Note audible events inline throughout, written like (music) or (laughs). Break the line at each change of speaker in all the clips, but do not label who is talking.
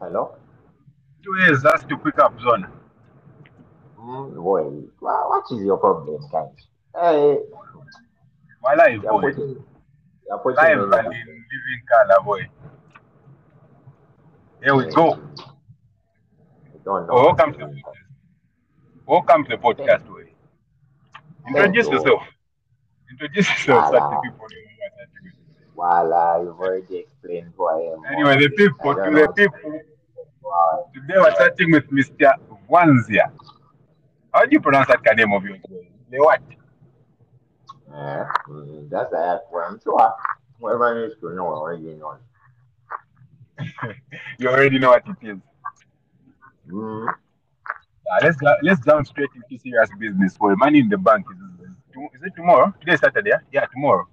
Hello?
Two ways, that's the pick up zone.
Mm, well, wha- what is your problem, guys? Hey,
My life,
you're
boy.
putting, you're putting
Live
me
and in living color, boy. Here we go.
I don't know.
Oh, welcome to the podcast. Welcome to the podcast, boy. Introduce
Thank you. Ah.
yourself. Introduce yourself so that
Hello.
the people know what that you do.
Voila, you've already explained who I am.
Anyway, the people,
I
to
don't
the
know.
people,
Wow.
today we're chatting with Mr. Wanzia. How do you pronounce that name of yours? boy? The what?
Yeah, mm, that's the act where I'm sure whoever needs to know already knows.
You already know what it is.
Mm,
Ah, let's go- let's jump straight into serious business. Well, money in the bank is, is, tom- is it tomorrow? Today is Saturday. yeah? Yeah, tomorrow.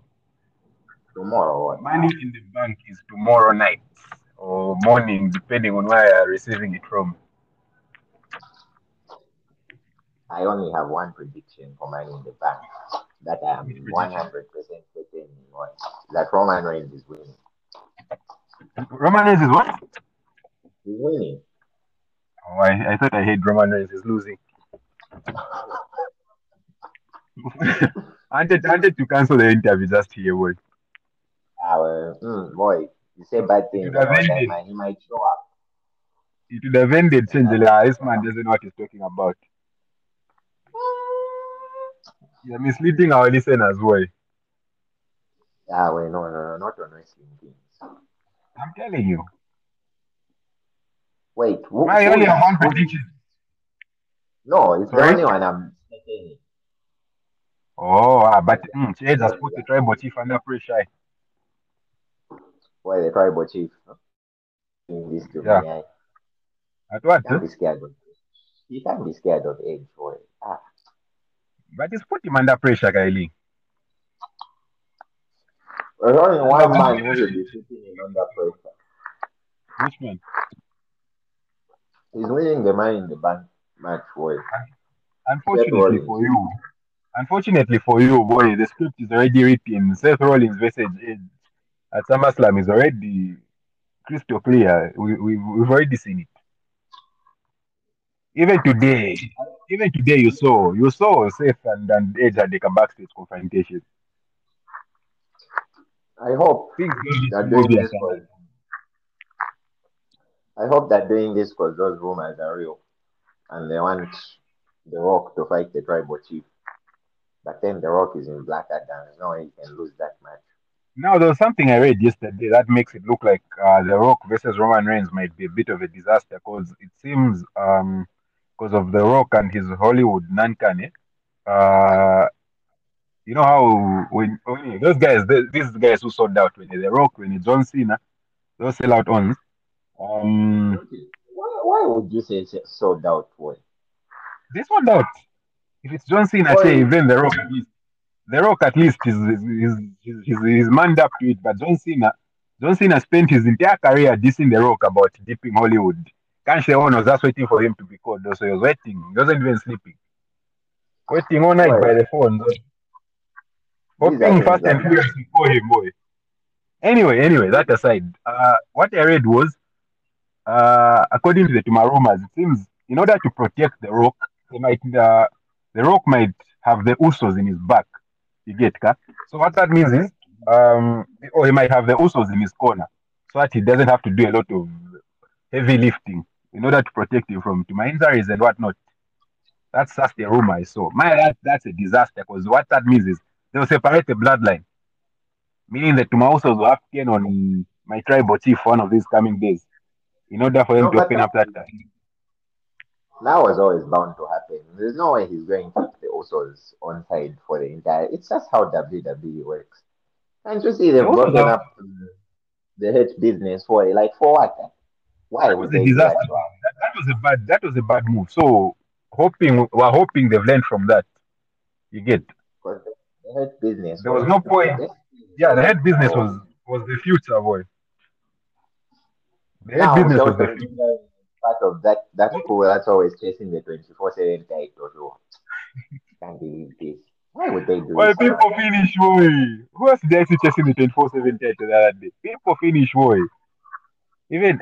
tomorrow, what?
Money in the bank is tomorrow night or morning, depending on where you are receiving it from.
I only have one prediction for money in the bank that I am
Which prediction?
100% certain on, that Roman Reigns is winning.
Roman Reigns is what?
He's winning.
Oh, I, I thought I hate Roman Reigns is losing. (laughs) I wanted, I wanted to cancel the interview just here, boy.
Our, mm, boy, you say bad things
You'd have
about that
ended.
man, he might show up.
It would have ended change. This man doesn't know what he's talking about. You're misleading our listeners, boy.
Ah, well, no, no, no, not on wrestling things.
I'm telling you.
Wait, who,
I
who-
only have one prediction.
No, it's the
Sorry?
only one I'm certain.
Oh, ah, but mm, Chase has put the tribal chief under pressure. eh?
Well, the tribal chief. huh? In this to
Yeah.
me, I
At what?
can't be scared of You can't be scared of age, boy. Ah,
But he's put him under pressure, Kylie.
there's only one man who should be sitting in under pressure.
Which one?
He's winning the man in the bank match, boy.
Unfortunately
Rollins.
for you, unfortunately for you, boy, the script is already written. Seth Rollins versus Edge at SummerSlam is already crystal clear. We, we, we've already seen it. Even today, even today, you saw, you saw Seth and, and Edge at the backstage confrontation.
I hope
Things
that
don't
doing
get
this was. I hope that doing this because those rumors are real, and they want the Rock to fight the tribal chief. But then the Rock is in black Adam. No, he can lose that match.
Now, there was something I read yesterday that makes it look like uh, The Rock versus Roman Reigns might be a bit of a disaster because it seems um because of The Rock and his Hollywood nankane. Uh, you know how when, when those guys, th- these guys who sold out when The Rock, when John Cena, those sell out on. Um,
Why, why would you say so- so doubtful?
they sold out. If it's John Cena, say even The Rock at least. The Rock at least is is, is, is, is, is manned up to it, but John Cena, John Cena spent his entire career dissing The Rock about dipping Hollywood. Kanshi Ono was just waiting for him to be called, so he was waiting. He wasn't even sleeping. Waiting all night
Right.
by the phone. though.
These are
Hoping
things
fast
that-
and furious to call him, boy. Anyway, anyway, that aside, uh, what I read was, uh, according to the Tuma rumors, it seems in order to protect The Rock, they might uh, the Rock might have the Usos in his back. You get ka? So what that means is, um, or he might have the Usos in his corner, so that he doesn't have to do a lot of heavy lifting in order to protect him from Tuma injuries and whatnot. That's just a rumor I saw. My, that, that's a disaster because what that means is they'll separate the bloodline, meaning that Tuma Usos will have to turn on my tribal chief one of these coming days in order for him
No,
to
but-
open up that. time.
That was always bound to happen. There's no way he's going to keep the Usos on side for the entire. It's just how WWE works. Can't you see they've
No,
gotten
no.
up to the hate business for like for what? Why
That
would
was a
they do
disaster.
that?
That, that was a bad. That was a bad move. So hoping we're hoping they've learned from that. You get?
Because the the health business.
There was no point. Yeah, the head business was was the future, boy. The head
Now,
business was
John
the future.
Cena is part of that that crew that's always chasing the 24 7 title. So, Can't believe this. Why would they do
Well,
this?
people finish, boy. Who else did I see chasing the 24 7 title the other day? People finish, boy. Even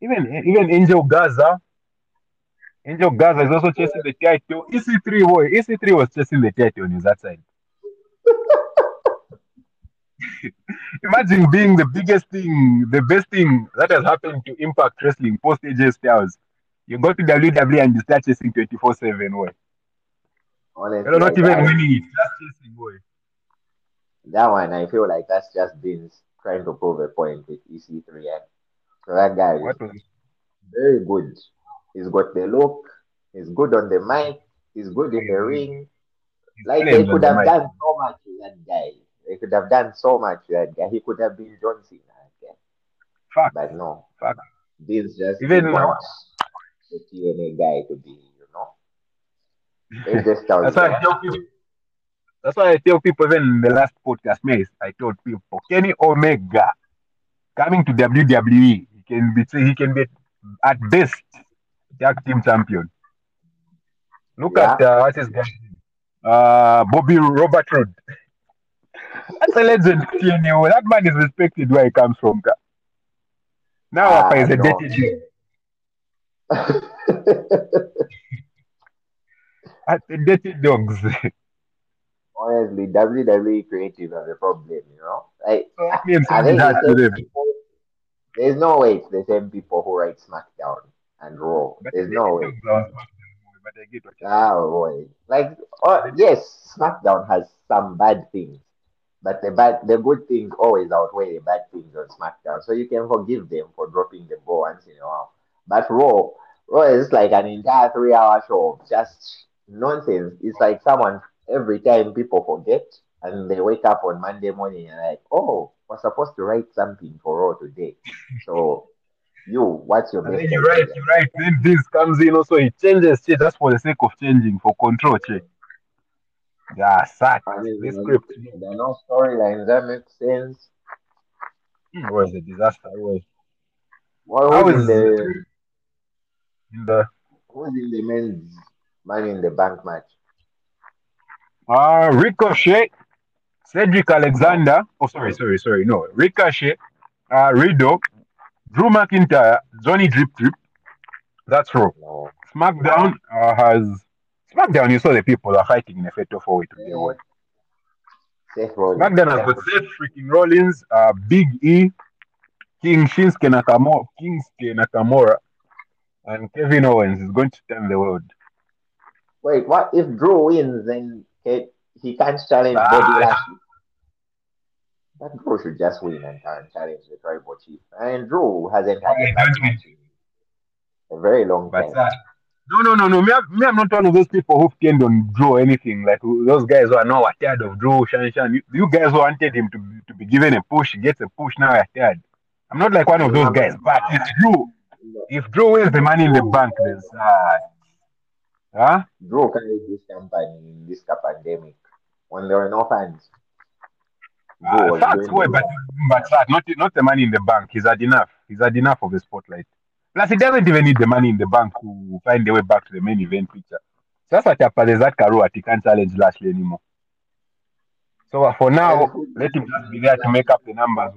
Even even Angel Gaza, Angel Gaza is also chasing the title. EC3 boy, EC3 was chasing the title on his outside. (laughs) Imagine being the biggest thing, the best thing that has happened to Impact Wrestling post AJ Styles. You go to WWE and you start chasing 24 7 boy.
Honestly,
You're not
like that,
even winning it, just chasing boy.
that one, I feel like that's just Vince trying to prove a point with EC3. And so that guy is
What was
very good. He's got the look. He's good on the mic. He's good in
Mm-hmm.
the ring. Like they could have done so much with that guy. They could have done so much with that guy. He could have been John Cena again.
Fact.
But no.
Fact.
This just
Even
is
now-
what the TNA guy to be, you know. It just tells
That's why
you.
I tell people. That's why I tell people. Even in the last podcast, me, I told people Kenny Omega coming to WWE, he can be he can be at best tag team champion. Look
Yeah.
at uh, what is that? Uh, Bobby Robert Roode. (laughs) That's a legend, TNA. That man is respected where he comes from. ka. Now,
Ah,
Papa is a
no.
dirty dude. (laughs) That's a dirty dogs.
(laughs) Honestly, WWE creative have a problem, you know. Like
I mean,
I
something
think
has to
the same
them.
people, there's no way it's the same people who write SmackDown and Raw.
But
There's
they
no
did
way.
do Ground Smack movie, but they did what you-
Oh boy. Like oh, yes, SmackDown has some bad things. But the bad the good things always outweigh the bad things on SmackDown. So you can forgive them for dropping the ball once in a while. But Raw Raw is like an entire three hour show of just nonsense. It's like someone every time people forget and they wake up on Monday morning and like, oh, we're supposed to write something for Raw today. So you, what's your
And then
message?
you write, you write, then this comes in also. He changes shit just for the sake of changing for control check. Yeah, suck.
I mean,
This
you know,
script
There are no storylines that make sense.
hmm, was a disaster. Was
Well,
I
who's,
was
in the,
in the
who's in the men's man in the bank match?
uh, Ricochet, Cedric Alexander. Oh, sorry, sorry, sorry. No, Ricochet, uh, Riddle, Drew McIntyre, Johnny Drip Drip. That's wrong.
No.
SmackDown uh, has SmackDown. You saw the people are fighting in a fatal four way to be
Yeah. Seth Rollins.
SmackDown has got Seth freaking Rollins, uh, Big E, King Shinsuke Nakamura, Kingsuke Nakamura, and Kevin Owens is going to turn the world.
Wait, what if Drew wins? Then he, he can't challenge
Ah.
Bobby Lashley. That Drew should just win and can challenge the tribal chief. And Drew hasn't had
Okay,
a bad
don't win.
match in a very long
But
time.
uh, no, no, no, no. Me, I'm- me, I'm not one of those people who've turned on Drew or anything. Like who- those guys who are now are tired of Drew, Shan Shan. You, you guys who wanted him to be, to be given a push, he gets a push now. Are tired. I'm not like one of those guys. But if Drew, if Drew wins the money in the bank, there's uh, huh?
Drew carries this company in this pandemic when there were no fans. Drew
Uh,
was
that's
doing
why,
it. (laughs)
but but that, not not the money in the bank. He's had enough. He's had enough of the spotlight. Plus, he doesn't even need the money in the bank to find a way back to the main event picture. So that's what happens. Is that Karuat he can't challenge Lashley anymore. So uh, for now, let him just be there to make up the numbers.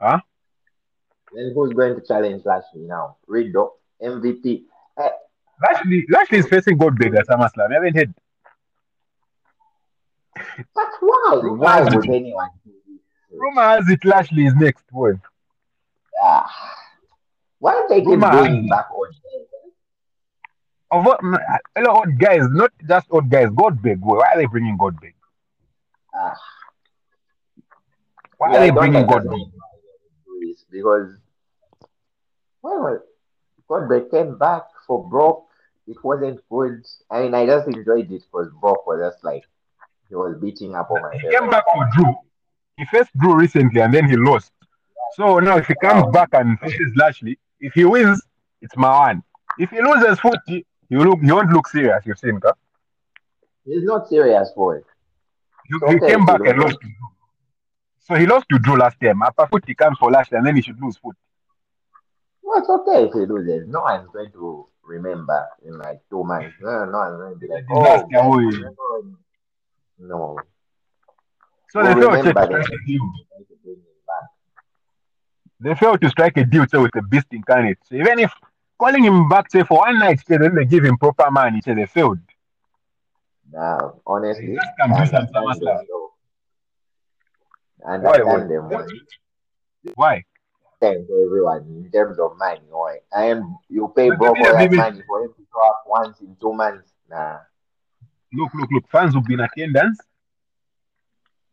Then who's going to challenge Lashley now? Riddle, MVP.
Lashley, Lashley is facing Goldberg at SummerSlam. I haven't heard.
But why? Why would anyone? do this?
Rumor has it Lashley is next. Boy,
Ah, why they keep
Rumor.
going back on?
of what? mm, Hello, old guys. Not just old guys. Goldberg. Boy, why are they bringing Goldberg?
Ah.
Why
Yeah,
are
I
they
don't
bringing
understand
Goldberg?
why they do this, Because why was Goldberg came back for Brock? It wasn't good. I mean, I just enjoyed it because Brock was just like he was beating up on my.
He came back for Drew. He faced Drew recently and then he lost. So now if he comes back and faces Lashley, if he wins, it's Mawan. If he loses 40, he look he won't look serious, you've seen ka?
He's not serious for it.
He,
Okay,
he came
he
back and
lost.
lost to Drew. So he lost to Drew last time. After 40 comes for Lashley and then he should lose 40.
Well, it's okay if he loses. No one's going to remember in like two months. No, no one's going to be like,
The
oh,
last guy who is-
remember when-" no.
So
Well,
the third
remember
check
that.
is him.
Trying to bring him back.
They failed to strike a deal say, with the beast incarnate. So even if calling him back, say, for one night, say, then they give him proper money, say, they failed.
Nah, honestly,
Just come
I
do some
understand
summer
them,
stuff.
though. I
Why?
understand them,
Why?
man.
Why?
Thank everyone in terms of money. Why? And you pay
But
bro
maybe-
for that
maybe-
money for him to show up once in two months. Nah.
Look, look, look. Fans will be in attendance.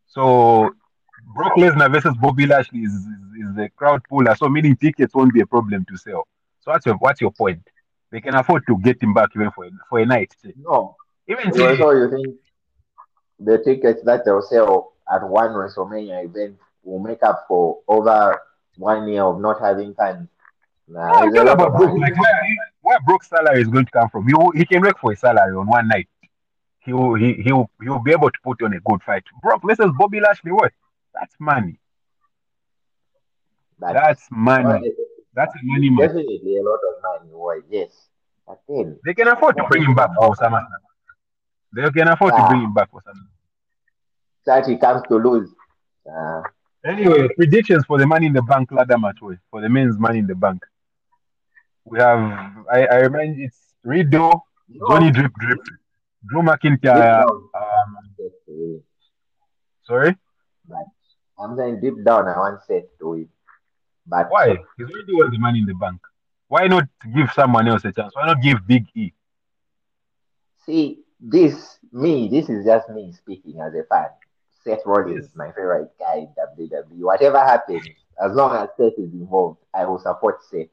So Brock Lesnar versus Bobby Lashley is, is, is a crowd puller. So meaning tickets won't be a problem to sell. So what's your what's your point? They can afford to get him back even for a, for a night. say.
No.
Even
So
say,
so you think the tickets that they'll sell at one WrestleMania event will make up for over one year of not having fans? Nah,
No, I'm
it's a
talking
lot of
Ah, about Brook.
money.
Like where, where Brook's salary is going to come from? He will, he can work for a salary on one night. He will he he will, he will be able to put on a good fight. Brock versus Bobby Lashley, what? That's money.
But-
That's money.
Okay,
That's money. man.
Definitely a lot of money. Why? Yes. But then,
They can afford to bring him back for SummerSlam. They can afford to bring him back for SummerSlam.
that he comes to lose. Nah.
Anyway, predictions for the Money in the Bank ladder match way for the men's Money in the Bank. We have I, I remind it's Rido,
No,
Johnny Drip Drip, Drew McIntyre.
deep down,
Um,
Seth to win.
sorry,
But I'm saying deep down, I want Seth to win. But
why? He's already won the Money in the Bank. Why not give someone else a chance? Why not give Big E?
see, this me, this is just me speaking as a fan. Seth Rollins
Yes.
is my favorite guy in WWE. Whatever happens, as long as Seth is involved, I will support Seth.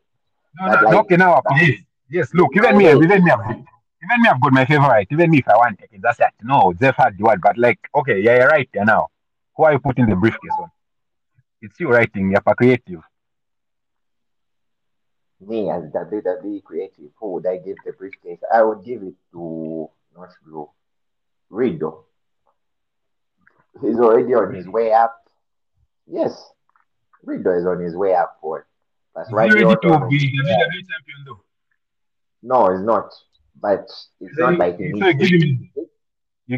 No,
But
no,
like-
okay, now please. Yes, look, even me, even me, I've, even me, I've got my favorite. Even me, if I want, okay, that's it. No, Jeff had the word, but like, okay, yeah, you're right there now. Who are you putting the briefcase on? It's you writing, you're creative.
Me as WWE creative, who would I give the briefcase? I would give it to not Drew, Riddle. He's already on his way up. Yes, Riddle is on his way up for it. That's
Is
why
he
the
ready to
Orton-
be the WWE champion though?
No, it's not. But it's
So
not
you-
like E. he
so you
needs
give
to.
him, you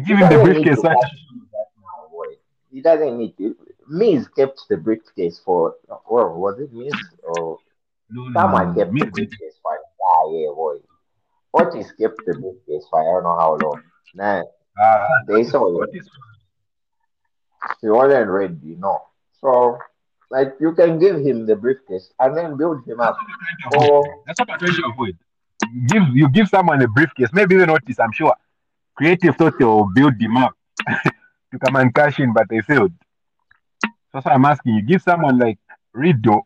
He
give him the
doesn't need
briefcase.
to
Right?
catch that now, boy. He doesn't need to. Miz kept the briefcase for, or was it Miz? Or
No, no, no,
someone
no.
kept
Mm, Me,
the briefcase for a year, boy. Otis kept the briefcase for I don't know how long. Nah,
uh,
they saw
what
it.
is
He wasn't ready, you know. So, like, you can give him the briefcase and then build him up. Or,
That's what I'm trying to avoid. Give you give someone a briefcase, maybe even notice. I'm sure creative thought they'll build them up (laughs) to come and cash in, but they failed. So that's why I'm asking you. Give someone like Rido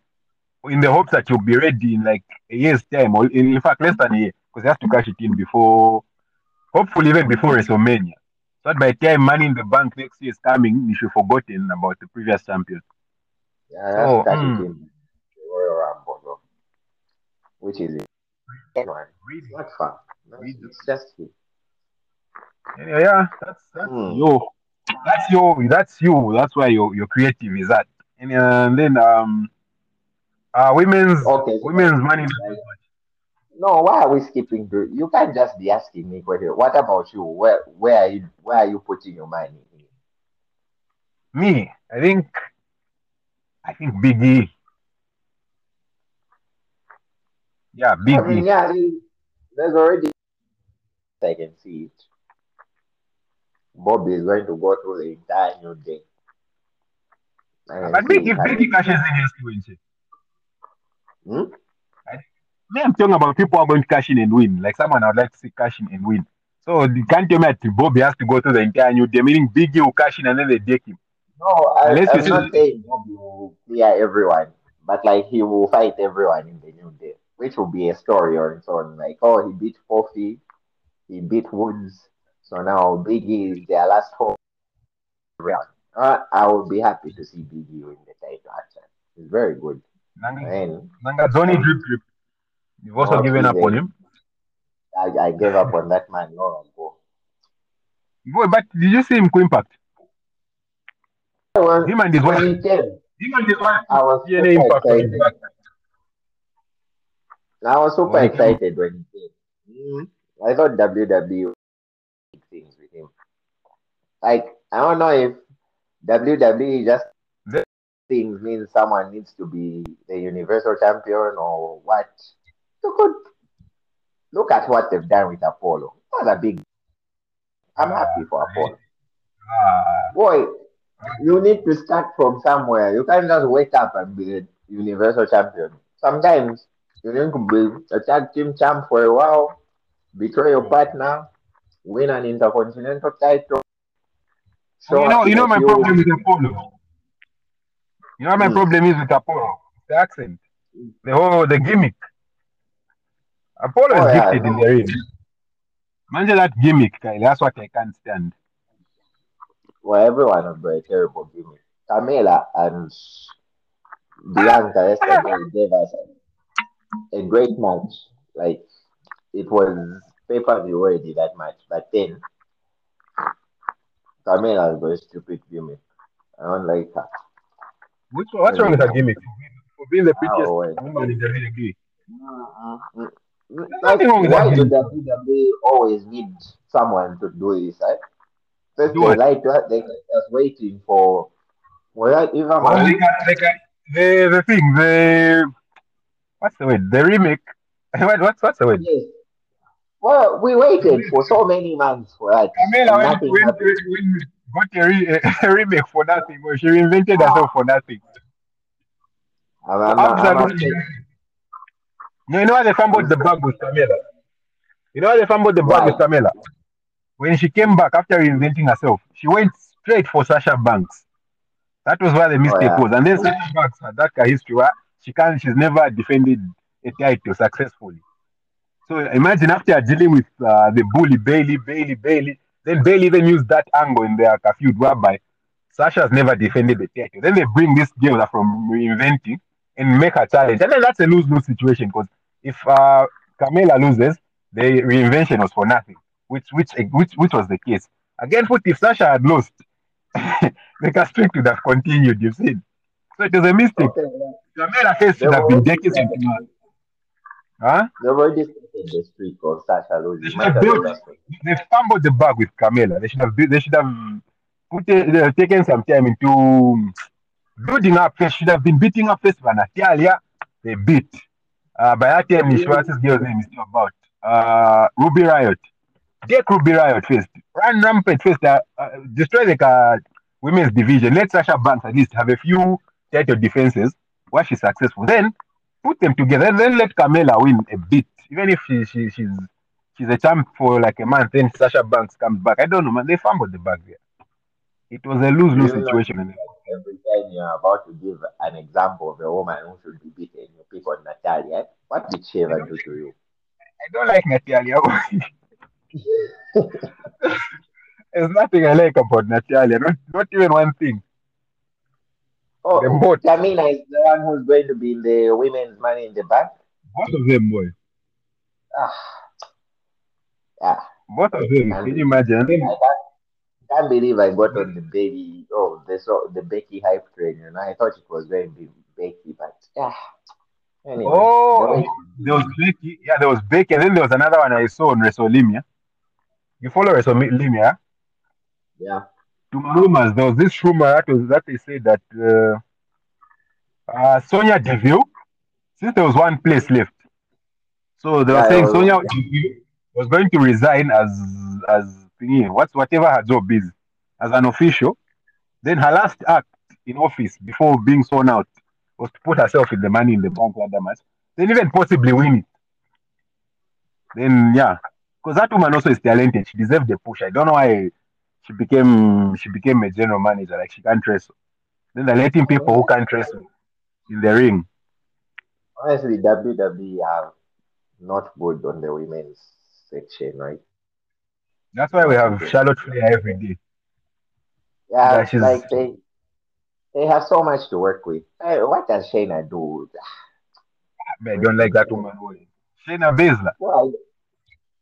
in the hopes that you'll be ready in like a year's time, or in, in fact less than a year, because he has to cash it in before, hopefully even before WrestleMania. So that by the time Money in the Bank next year is coming, you should forgotten about the previous champion.
yeah,
Oh,
that's
mm.
catching him. The Royal Rumble, though. Which is it. One. Not far. No,
Reason.
It's just here.
Yeah, yeah, that's that's
Hmm.
you. That's you. That's you. That's where your your creative is at. And, uh, and then um, uh, women's
Okay. so-
women's money.
No, why are we skipping? through? You can't just be asking me questions. What about you? Where where are you where are you putting your money?
Me, I think, I think Big E. Yeah, Big
I mean,
E.
yeah, there- there's already I can see it. Bobby is going to go through the entire new day. I can
But
see
Big,
it
if Big
happening.
E cashes in, has to win. shit.
Hmm?
Me, I'm talking about people who are going to cash in and win. Like someone I would like to see cash in and win. So you can't tell me that Bobby has to go through the entire new day. Meaning Big E will cash in and then they take him.
No, I,
Unless you
I'm
see-
not saying Bobby will clear everyone, but like he will fight everyone in the new day, which will be a story on its own. Like, oh, he beat Kofi, he beat Woods, so now Biggie is their last hope. Round. Uh, I would be happy to see Biggie win the title. Actually, it's very good.
Nanga,
And
Nangazoni drip drip. You've also
Oh. Okay,
given up
then.
on him.
I, I gave up on that man long ago.
Boy, but did you see him impact?
I was,
Him and his wife.
when he came,
Him and his wife.
I
(laughs)
was super
DNA impact on his
excited.
back.
I was super
When he came-
excited when he came. I thought WWE would do things with him. Like I don't know if WWE E just
The-
things means someone needs to be the universal champion or what. You could look at what they've done with Apollo. Not a big. I'm happy for Apollo.
Ah,
Boy, you need to start from somewhere. You can't just wake up and be the universal champion. Sometimes you need to be a tag team champ for a while, betray your partner, win an intercontinental title.
you know, you know my
you-
problem with Apollo. You know what my
Hmm.
problem is with Apollo. The accent, the whole the gimmick. Apollo
Oh,
is
yeah,
gifted
I
in the ring. Imagine that gimmick, Kyle. That's what I can't stand.
Well, everyone was very terrible gimmick. Camila and Bianca yesterday gave us a great match. Like it was pay per view already that match, but then Camila was very stupid gimmick. I don't like her.
Which, what's wrong with that gimmick? For being the prettiest
Oh, well.
woman in the ring.
Like,
nothing wrong with
why
that
do WWE always need someone to do this? Eh? First,
Do
they
what?
like to they just waiting for. Well, even
Oh, they got, they got, the, the thing, the what's the word? The remake. (laughs) What, what's what's the word?
Yes. Well, we waited for so many months for that.
Camila
and
went,
nothing
went,
happened.
went- got a, re- (laughs) a remake for nothing. Well, she reinvented herself for nothing.
I'm, I'm,
How
I'm,
does that look?
upset.
No, you know how they fumbled the bag with Camila. You know how they fumbled the bag
Why?
with Camila. When she came back after reinventing herself, she went straight for Sasha Banks. That was where the mistake
yeah.
was. And then Sasha Banks had that kind of history where she can she's never defended a title successfully. So imagine after dealing with uh, the bully Bailey, Bailey, Bailey, then Bailey even used that angle in their feud whereby Sasha's never defended the title. Then they bring this girl that from reinventing and make her challenge. And then that's a lose lose situation because if uh, Carmela loses, the reinvention was for nothing, which which which which was the case. Again, but if Sasha had lost, (laughs) the castrict would have continued, you've seen. So it was a mistake.
Okay,
Carmela case
They've
should have been
already
taken
started
into huh?
they've already started the streak of Sasha losing.
They
Might as
built-
well just wait.
they fumbled the bag with Carmela. They should have bu- they should have put a, they have taken some time into um, building up. They should have been beating up first Van Natalia. They beat. Uh, by that time, Nishwati's girl's name is still about uh, Ruby Riot. Take Ruby Riot first. Run rampant first. Uh, uh, destroy the uh, women's division. Let Sasha Banks at least have a few title defenses where she's successful. Then put them together. and Then let Carmela win a bit, even if she, she she's she's a champ for like a month. Then Sasha Banks comes back. I don't know, man. They fumbled the bag there. It was a lose lose
You know,
situation.
Every time you're about to give an example of a woman who should be beaten, you pick on Natalia. What did she ever do to you?
I don't like Natalia. (laughs) There's nothing I like about Natalia. Not, not even one thing.
Oh,
Them both.
Tamina is the one who's going to be in the women's money in the bank.
Both of them, boy.
Ah, ah.
Both of them. Can you imagine? And
I
then,
can't, can't believe I got on the baby. Oh, the so the Becky hype train, and I thought it was going to be Becky, but yeah. Anyway,
oh, there was Becky. Yeah, there was Becky. And then there was another one I saw on WrestleMania. You follow WrestleMania? huh?
yeah.
To my rumors, there was this rumor that was that they said that uh, uh, Sonia Deville, since there was one place left, so they were
Yeah,
saying
yeah,
Sonia
yeah.
Deville was going to resign as as thingy, what's whatever her job is, as an official. Then her last act in office before being sworn out was to put herself in the money in the bank ladder match, then even possibly win it. Then yeah, because that woman also is talented. She deserved a push. I don't know why she became she became a general manager. Like she can't wrestle. Then they're letting people who can't wrestle in the ring.
Honestly, WWE are E not good on the women's section, right?
That's why we have Charlotte Flair every day.
Yeah,
Yeah, she's-
like they they have so much to work with. Hey, what does Shayna do?
But I don't like that woman. Shayna Baszler.
Why?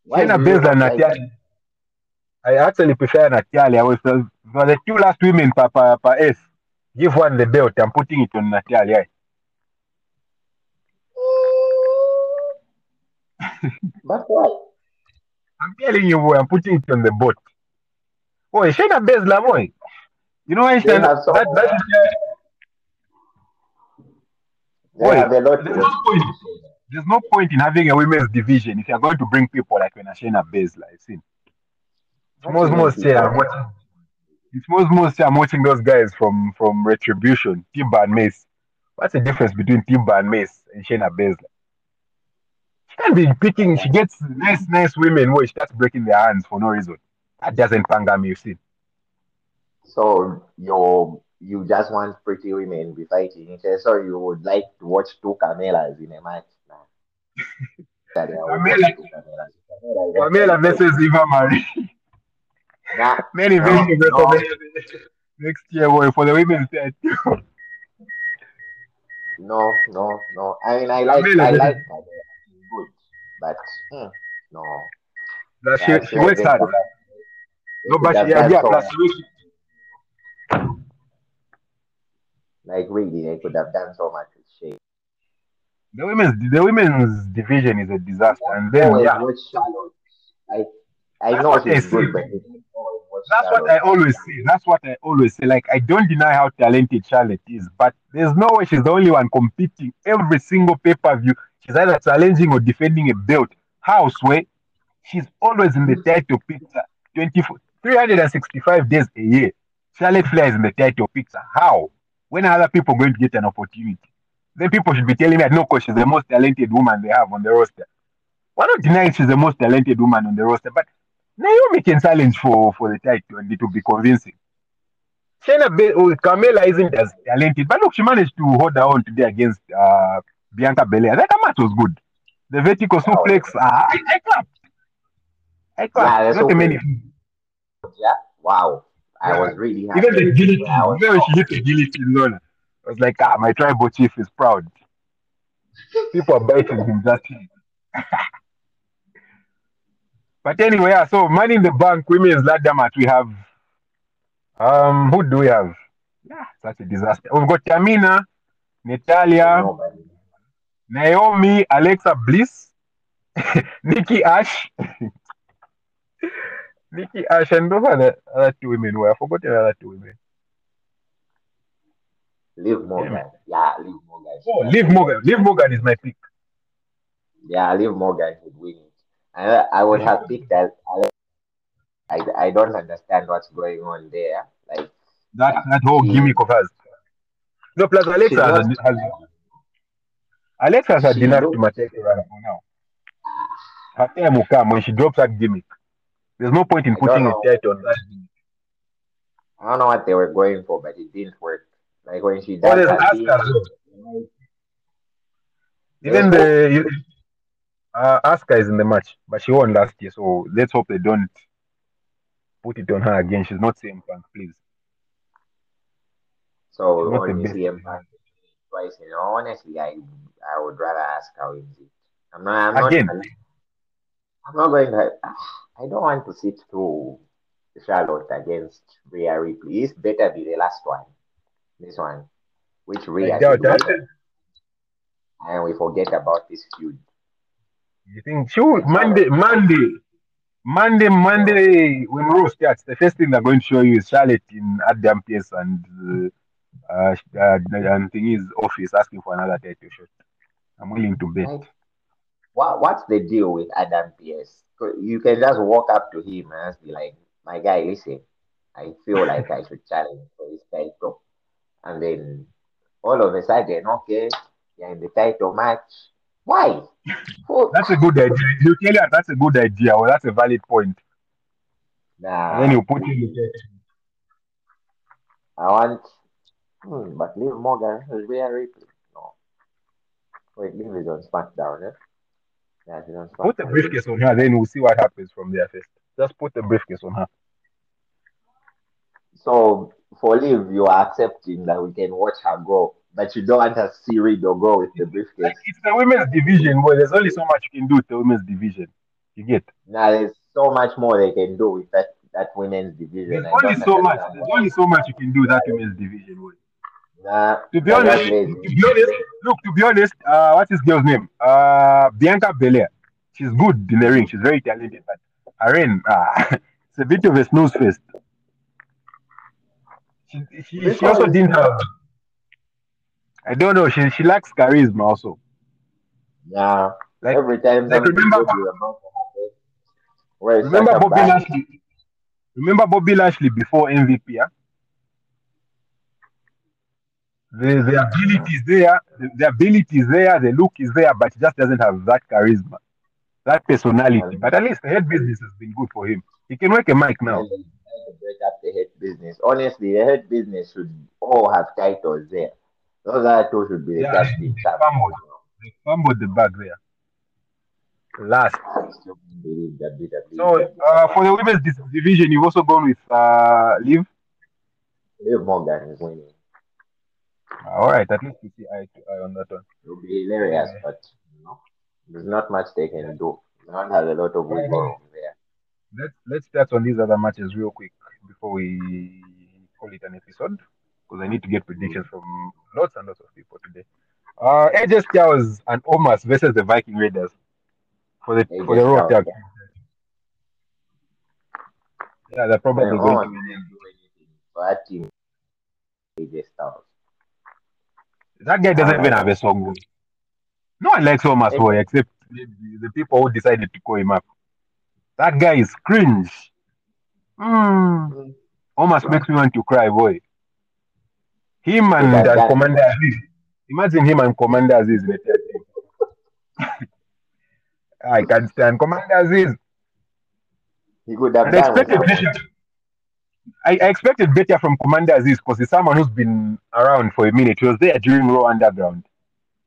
why
Shayna
do you
Baszler and
not like-
Natalia. I actually prefer Natalia. If the, if the two last women per, per, per S, give one the belt. I'm putting it on Natalia.
But why?
I'm telling you, boy, I'm putting it on the boat. Boy, Shayna Baszler, boy. You know, why
They
Shayna,
have so
that, that,
They have a lot
there's no point. There's no point in having a women's division if you're going to bring people like Wenashina Baszler. I've seen. It's most most say I'm watching. It's most most say I'm watching those guys from from Retribution, Timber and Mace. What's the difference between Timber and Mace and Shayna Baszler? She can't be picking. She gets nice nice women where she starts breaking their hands for no reason. That doesn't panga me. You see.
So you you just want pretty women be fighting each other. So you would like to watch two Camelas in a match. Nah.
(laughs)
Sorry, I would watch
Camela-
two Camelas. Camela-
Pamela versus Eva Marie.
Nah,
Many
No,
versions
no.
next year boy, for the women's side.
no, no, no. I mean, I like
Camela
I
versus-
like Camela. She's good, but hmm, no.
That
Yeah,
she, she works
has
hard.
been-
No, but
has
she, yeah,
done
yeah,
so
plus
much.
she works-
Like really, they could have done so much with Shane.
the women's the women's division is a disaster. And then
Always
Oh, yeah,
watch Charlotte. I I
That's
know
what
she's
I
good,
see.
but you don't always watch
that's what I
Charlotte.
always say. That's what I always say. Like I don't deny how talented Charlotte is, but there's no way she's the only one competing every single pay per view. She's either challenging or defending a belt. House way, she's always in the title picture. 24, 365 days a year. Charlotte Flair is in the title picture. How? When are other people going to get an opportunity? Then people should be telling me that no, because she's the most talented woman they have on the roster. Why not deny she's the most talented woman on the roster? But Naomi can challenge for, for the title and it will be convincing. Shayna Ba- oh, Carmella isn't as talented, but look, she managed to hold her own today against uh, Bianca Belair. That match was good. The vertical
Oh, yeah.
suplex, uh, I, I clapped. I
Yeah,
clapped.
that's
Not a
okay.
many.
Wow, I
Yeah.
was really happy.
Even the guillotine,
I was
even when she hit the guillotine, Lola, I was like, ah, my tribal chief is proud. People are biting him that thing. (laughs) but anyway, yeah, so Money in the Bank, Women's Ladder Match, we have, um, who do we have? Yeah, such a disaster. We've got Tamina, Natalia,
No, but-
Naomi, Alexa Bliss, (laughs) Nikki Ash, (laughs) Nikki Ash, and those are the other two women who I forgot the other two women.
Liv Morgan. Yeah, Liv Morgan.
Oh, Liv Morgan. Liv Morgan is my pick.
Yeah, Liv Morgan would win it. I, I would have picked that. I, I don't understand what's going on there. Like,
That that whole
Mm.
gimmick of hers. No, plus
she
Alexa has,
lost-
has Alexa has had
She
enough
looked-
to Mateke right now. Her time will come when she drops that gimmick. There's no point in
I don't
putting a
know.
title on that. gimmick.
I don't know what they were going for, but it didn't work. Like when she
Oh,
does
there's
that
Asuka.
thing,
as well.
like,
Even the uh, Asuka is in the match, but she won last year, so let's hope they don't put it on her again. She's not CM Punk, please.
so
Not the
only
best.
CM Punk twice. You know, honestly, I I would rather ask how is it. I'm not. I'm
Again.
not. I'm not going. To, I don't want to sit through Charlotte against Rhea Ripley. It's better be the last one. This one, which Rhea
I doubt
should
that.
win. and we forget about this feud.
You think she will, Monday, Monday, Monday, Monday when Raw starts, the first thing they're going to show you is Charlotte in at the MPS and uh, uh, uh, and thingy's office asking for another title shot. I'm willing to bet.
Like, what what's the deal with Adam Pierce? You can just walk up to him and just be like, "My guy, listen, I feel like I should challenge for this title," and then all of a sudden, okay, you're in the title match.
(laughs)
Why? Who-
That's a good idea. You tell her that's a good idea or that's a valid point.
Nah,
And then you put him in the
I want, hmm, but Liv Morgan is Rhea Ripley. No, wait, Liv is on SmackDown. Eh? Yeah, she's on
put the
SmackDown.
briefcase on her, then we'll see what happens from there first. Just put the briefcase on her.
So for Liv, you are accepting that we can watch her go, but you don't want her to see Riddle go with the briefcase.
It's the women's division, boy. There's only so much you can do with the women's division. You get
Now there's so much more they can do with that that women's division.
There's
I
only
don't
so much.
understand
There's
why.
only so much you can do with that women's division. boy.
Nah,
To be
they're not
honest,
ready.
to be honest, look, to be honest, uh, what's this girl's name? Uh, Bianca Belair. She's good in the ring. She's very talented, but her ring, uh, (laughs) it's a bit of a snooze fest. She, she, she also didn't have. I don't know. She she lacks charisma also.
Yeah.
Like-
Every time
like
something
remember-
good is about to happen, we're
Remember
such a
Bobby
bad-
Lashley? Remember Bobby Lashley before MVP? Yeah? The, the ability is there. The, the ability is there. The look is there, but he just doesn't have that charisma, that personality. But at least the head business has been good for him. He can work a mic now.
Really trying to break up the head business. Honestly, the head business should all have titles there. Those are two should be the
Yeah,
tag team
they fumbled.
champions.
They fumbled the bag there. Last.
I still can't believe that WWE
So uh, for the women's dis- division, you've also gone with uh, Liv.
Liv Morgan is winning.
All right, at least you see eye to eye on that one.
It will be hilarious,
Yeah.
but you know, there's not much they can do. One has a lot of wiggle room there.
let's let's touch on these other matches real quick before we call it an episode because I need to get predictions from lots and lots of people today. Uh, AJ Styles and Omas versus the Viking Raiders for the
AJ
for the Raw
Styles,
tag.
yeah.
Yeah, they're probably
And
going
Owens
to
didn't do anything for that team. AJ Styles.
That guy doesn't even have a song. No one likes Omas boy except the, the people who decided to call him up. That guy is cringe. Mm.
Mm.
Almost makes me want to cry, boy. Him and
Yeah,
uh,
that-
Commander Aziz. Imagine him and Commander Aziz. in a tag team. I can't stand Commander Aziz.
He could have
And I
done with
expected
someone.
better. I, I expected better from Commander Aziz because he's someone who's been around for a minute. He was there during Raw Underground.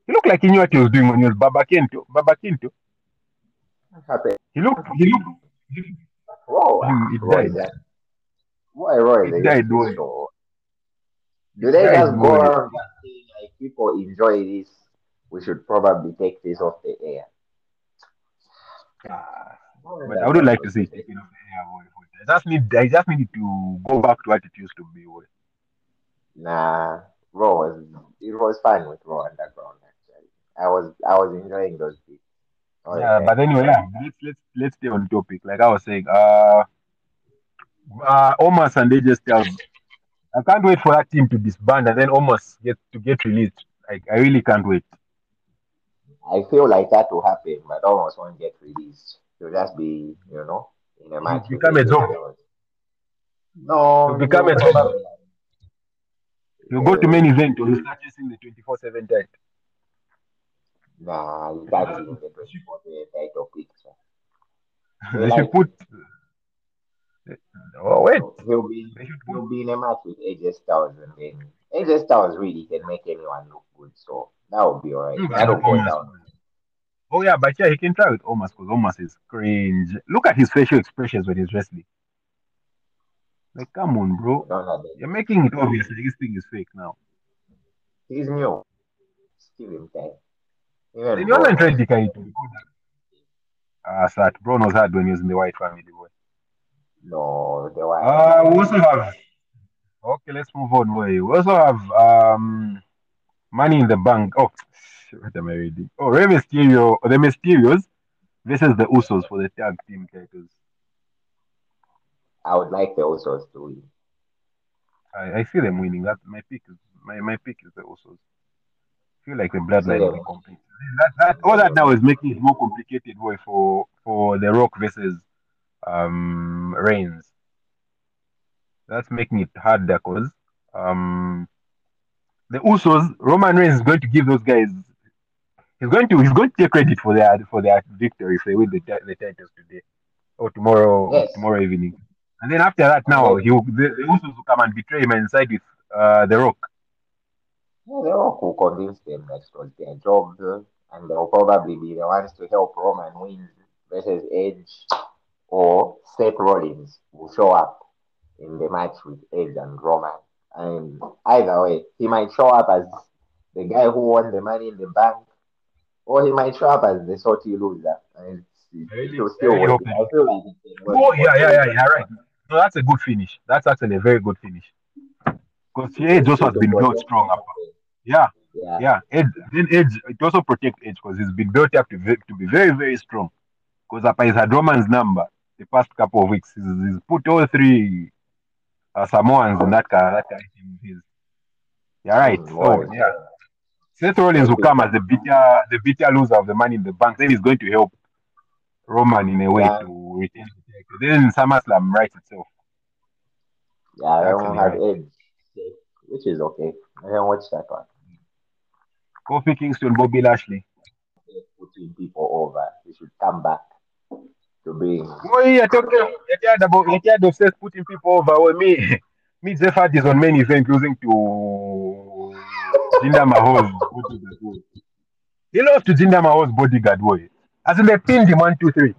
He looked like he knew what he was doing when he was Baba Kento. Baba Kento.
What happened?
He looked. He looked. He,
Whoa,
He- he
Roy,
died.
that- Why Roy?
He
they
died,
just-
Roy.
so- Do they
died,
just go
Roy.
around and say, like, people enjoy this? We should probably take this off the air.
ah. But I would like to see it taken off the air. boy. I just need, I just need to go back to what it used to be. boy.
Nah, Raw was it was fun with Raw Underground actually. I was I was enjoying those beats. Oh,
yeah, but anyway, yeah, let's let's let's stay on topic. Like I was saying, uh, uh, Omas and AJ Styles. I can't wait for that team to disband and then almost get to get released. Like I really can't wait.
I feel like that will happen, but almost won't get released. It'll just be you know in a match.
become a joke.
No,
It'll become
no,
a joke.
probably.
You go to main event, you start using the twenty four seven title.
Nah, you can't even (laughs) get ready for the title picture.
They should put. Oh wait,
He'll be
they should put.
he'll be in a match with AJ Styles and then AJ Styles really can make anyone look good, so that would be alright.
Mm,
That'll go down.
Oh yeah, but yeah, he can try with Omas because Omas is cringe. Look at his facial expressions when he's wrestling. Like, come on, bro.
Don't have it.
You're making it obvious that this thing is fake now.
He's new. Give him time.
Then you haven't tried Dikai to Ah, sad. Bro was hard when he was in the white family, boy.
No, they were.
Uh, we also have. Okay, let's move on, boy. We also have um, Money in the Bank. Oh, what am I reading? Oh, Rey Mysterio, the Mysterios versus the Usos for the tag team titles.
I would like the Usos to win.
I, I see them winning. That my pick is my, my pick is the Usos. I feel like the bloodline will be complete. That, that all that now is making it more complicated boy for for the Rock versus um Reigns. That's making it harder because um the Usos Roman Reigns is going to give those guys he's going to he's going to take credit for their for their victory if they win the, ti- the titles today or tomorrow
Yes.
tomorrow evening. And then after that, now he will, the, the Usos will come and betray him and side with uh, the Rock.
Yeah, they all who convinced them that it was their job, uh, and they'll probably be the ones to help Roman win versus Edge or Seth Rollins will show up in the match with Edge and Roman. And either way, he might show up as the guy who won the money in the bank, or he might show up as the salty loser. And it's,
I really-
it'll still
I really
work.
hope
I feel like it can work
Oh,
both
yeah, yeah,
ways.
yeah, yeah, right. So that's a good finish. That's actually a very good finish. Because Edge also has been built strong up. Yeah,
Yeah.
yeah. Edge, then Edge, it also protect Edge because he's been built up to, ve- to be very, very strong. Because Apa is had Roman's number the past couple of weeks. He's, he's put all three uh, Samoans in that car. That car his. Yeah, right.
Mm,
So,
wow.
yeah. Seth Rollins will come as the bitter, the bitter loser of the money in the bank. Then he's going to help Roman in a way
Yeah.
to retain the title. Then SummerSlam writes itself.
Yeah,
That's
Roman had Edge, which is okay. I can watch that one.
Kofi Kingston, Bobby Lashley.
Putting people over. He should come back to being.
Boy, you're talking. You're tired about. You're tired of Seth putting people over. Well, me, me, Zephyr is on main event losing to Jinder Mahal's bodyguard. boy. He lost to Jinder Mahal's bodyguard boy. As in they pinned him one, two, three.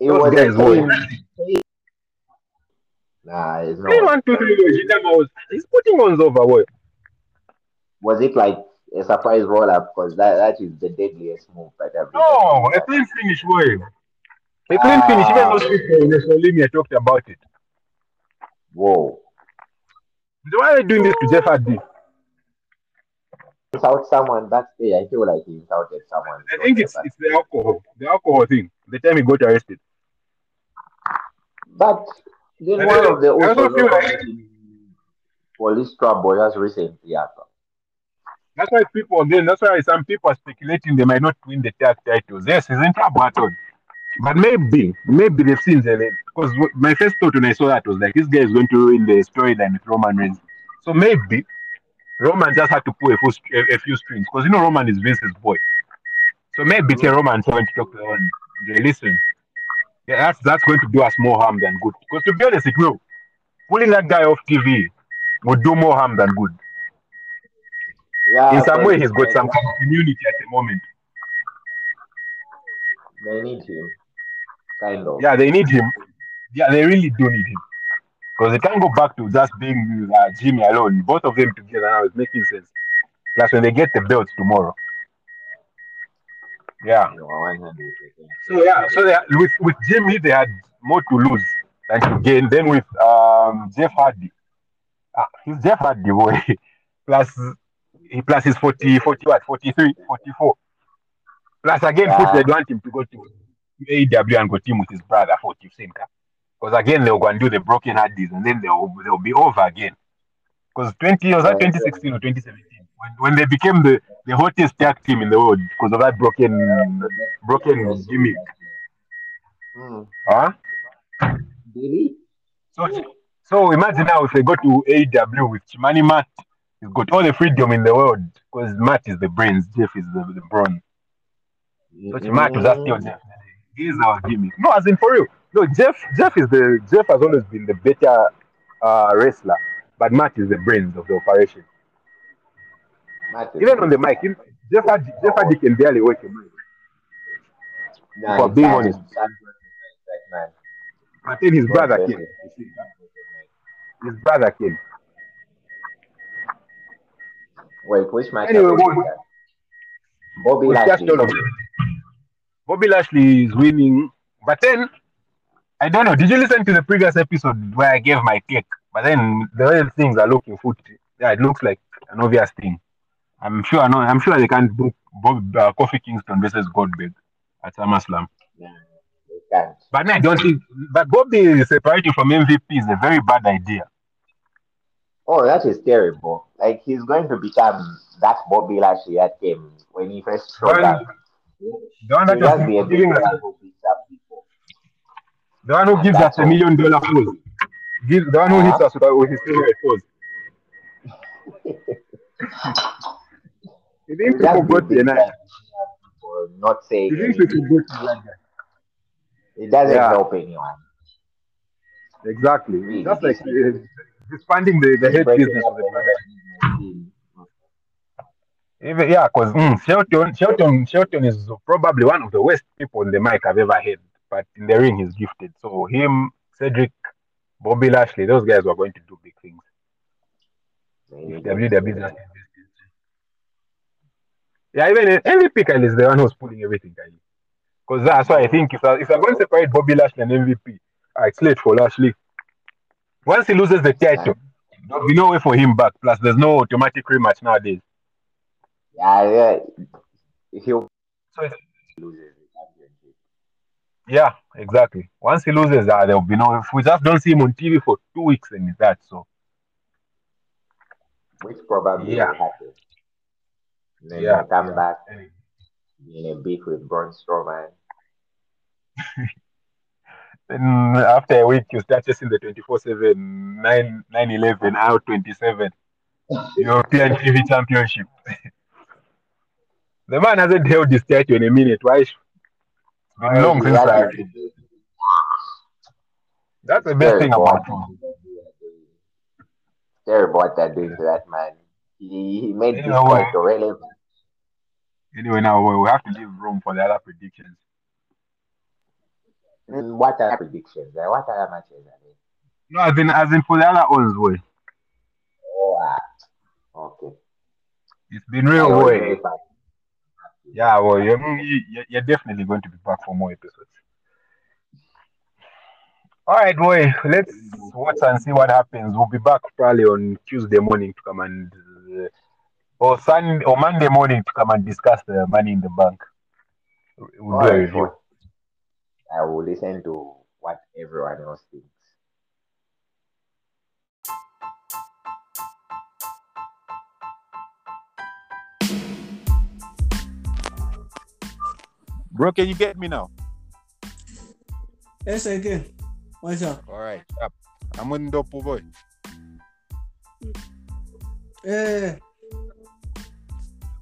It
Those
was
guys, boy.
Nah, it's
Three,
not.
one, two, three. boy. Jinder Mahal's. He's putting ones over. Boy.
Was it like a surprise roll up? Because that, that is the deadliest move that I've
No, a clean finish, boy. A clean finish. Even those people in the Solimia talked about it.
Whoa.
Why are they doing this to Zephyr? D?
Insult someone backstage. I feel like he insulted someone.
I think it's it's the alcohol, the alcohol thing. The time he got arrested.
But then
I
one
don't-
of the
I don't
Usos
feel
got
like-
in police trouble just recently. after.
That's why people again. That's why some people are speculating they might not win the tag titles. Yes, it's in trouble at all. But maybe, maybe they've seen the because w- my first thought when I saw that was like this guy is going to ruin the storyline with Roman Reigns. So maybe Roman just had to pull a few, str- a, a few strings because you know Roman is Vince's boy. So maybe tell Roman trying to talk to them. They listen. Yeah, that's that's going to do us more harm than good. Because to be honest, it will. Pulling that guy off TV would do more harm than good
Yeah,
in some
but-
way he's got some kind of immunity at the moment.
They need him. Kind of.
Yeah, they need him. Yeah, they really do need him because they can't go back to just being uh, Jimmy alone. Both of them together now is making sense. Plus, when they get the belts tomorrow, yeah.
You know, 100%.
So yeah, so they, with with Jimmy they had more to lose than to gain. Then with um, Jeff Hardy, ah, he's Jeff Hardy boy. (laughs) plus he plus his 40, 40 what, 43, 44. Plus again,
Yeah.
yeah. they want him to go to AEW and go team with his brother for Simka. Because again, they'll go and do the broken Hardys and then they'll they'll be over again. Because twenty was that
Yeah.
twenty sixteen or twenty seventeen when, when they became the, the hottest tag team in the world because of that broken broken gimmick.
Hmm.
Huh?
Really?
So, so imagine now if they go to AEW with Chimani Matt, he's got all the freedom in the world because Matt is the brains, Jeff is the, the brawn. So Chimani was asking Jeff. He's our gimmick. No, as in for real. No, Jeff Jeff is the Jeff has always been the better uh, wrestler, but Matt is the brains of the operation.
Matt is-
Even on the mic, in- Jeff Hardy, Jeff Hardy can barely work a mic.
Nah,
for
he
being
can't-
honest.
he can't do it like that, man.
But then his brother can. You see, His brother can.
Wait, which match?
Anyway,
are we
what-
looking at? Bobby
It's just
Lashley.
all of them. Bobby Lashley is winning, but then I don't know. Did you listen to the previous episode where I gave my take? But then the way things are looking foot, yeah, it looks like an obvious thing. I'm sure. No, I'm sure they can't book Bob uh, Kofi Kingston versus Goldberg at SummerSlam.
They can't.
But I don't think. But Bobby separating from MVP is a very bad idea.
Oh, that is terrible. Like he's going to become that Bobby Lashley that came when he first showed
Well,
up.
The one
He'll
that
just be a
was
big
giving us
guy who beats up people.
The one who gives us a million dollar pose. Give, the one who hits us with, with his favorite pose. you think
He'll just be a
people got
big
the
guy
night?
who beats up people, Not saying
You think
anything.
people got the
it doesn't
Yeah.
help anyone.
Exactly.
Really?
Just like uh, expanding the, the head
Breaking
business
up
of the brand.
the team.
Even, yeah, because mm, Shelton, Shelton, Shelton is probably one of the worst people in the mic I've ever had. But in the ring, he's gifted. So him, Cedric, Bobby Lashley, those guys were going to do big things.
There
If
you go.
WWE doesn't Yeah, even MVP Kyle is the one who's pulling everything, Kyle. Because that's why I think if I, if I'm going to separate Bobby Lashley and MVP, uh, it's late for Lashley. Once he loses the title, there'll be no way for him back. Plus, there's no automatic rematch nowadays.
Yeah, yeah. He'll
So it's,
lose the championship.
yeah, exactly. Once he loses, uh, there'll be no. If we just don't see him on TV for two weeks, and that so.
which probably
Yeah.
will happen. And then
Yeah,
they come
yeah.
back
Anyway.
in a beef with Braun Strowman.
Then Mm, after a week, you start chasing the 24 7, 9 11, out 27 European TV Championship. (laughs) the man hasn't held this title in a minute. Why? sh- It's been long since I. That's the best
Terrible
thing
what
about him.
they're doing. Terrible what they're doing to that man. He, he made this
You know what?
title relevant.
Anyway, now we we have to leave room for the other predictions.
Mm, What are predictions? Like, what are matches? I mean,
No, as in, as in for the other ones, boy.
oh, ah, okay.
It's been real,
I
boy.
don't know if I-
Yeah, well, you're, you- you're definitely going to be back for more episodes. All right, boy, let's watch and see what happens. We'll be back probably on Tuesday morning to come and, uh, or Sunday or Monday morning to come and discuss the money in the bank. We'll do a
Alright,
review.
cool. I will listen to what everyone else thinks.
Bro, can you get me now?
Yes, I can. What's up?
All right, up. I'm on the boy.
Eh.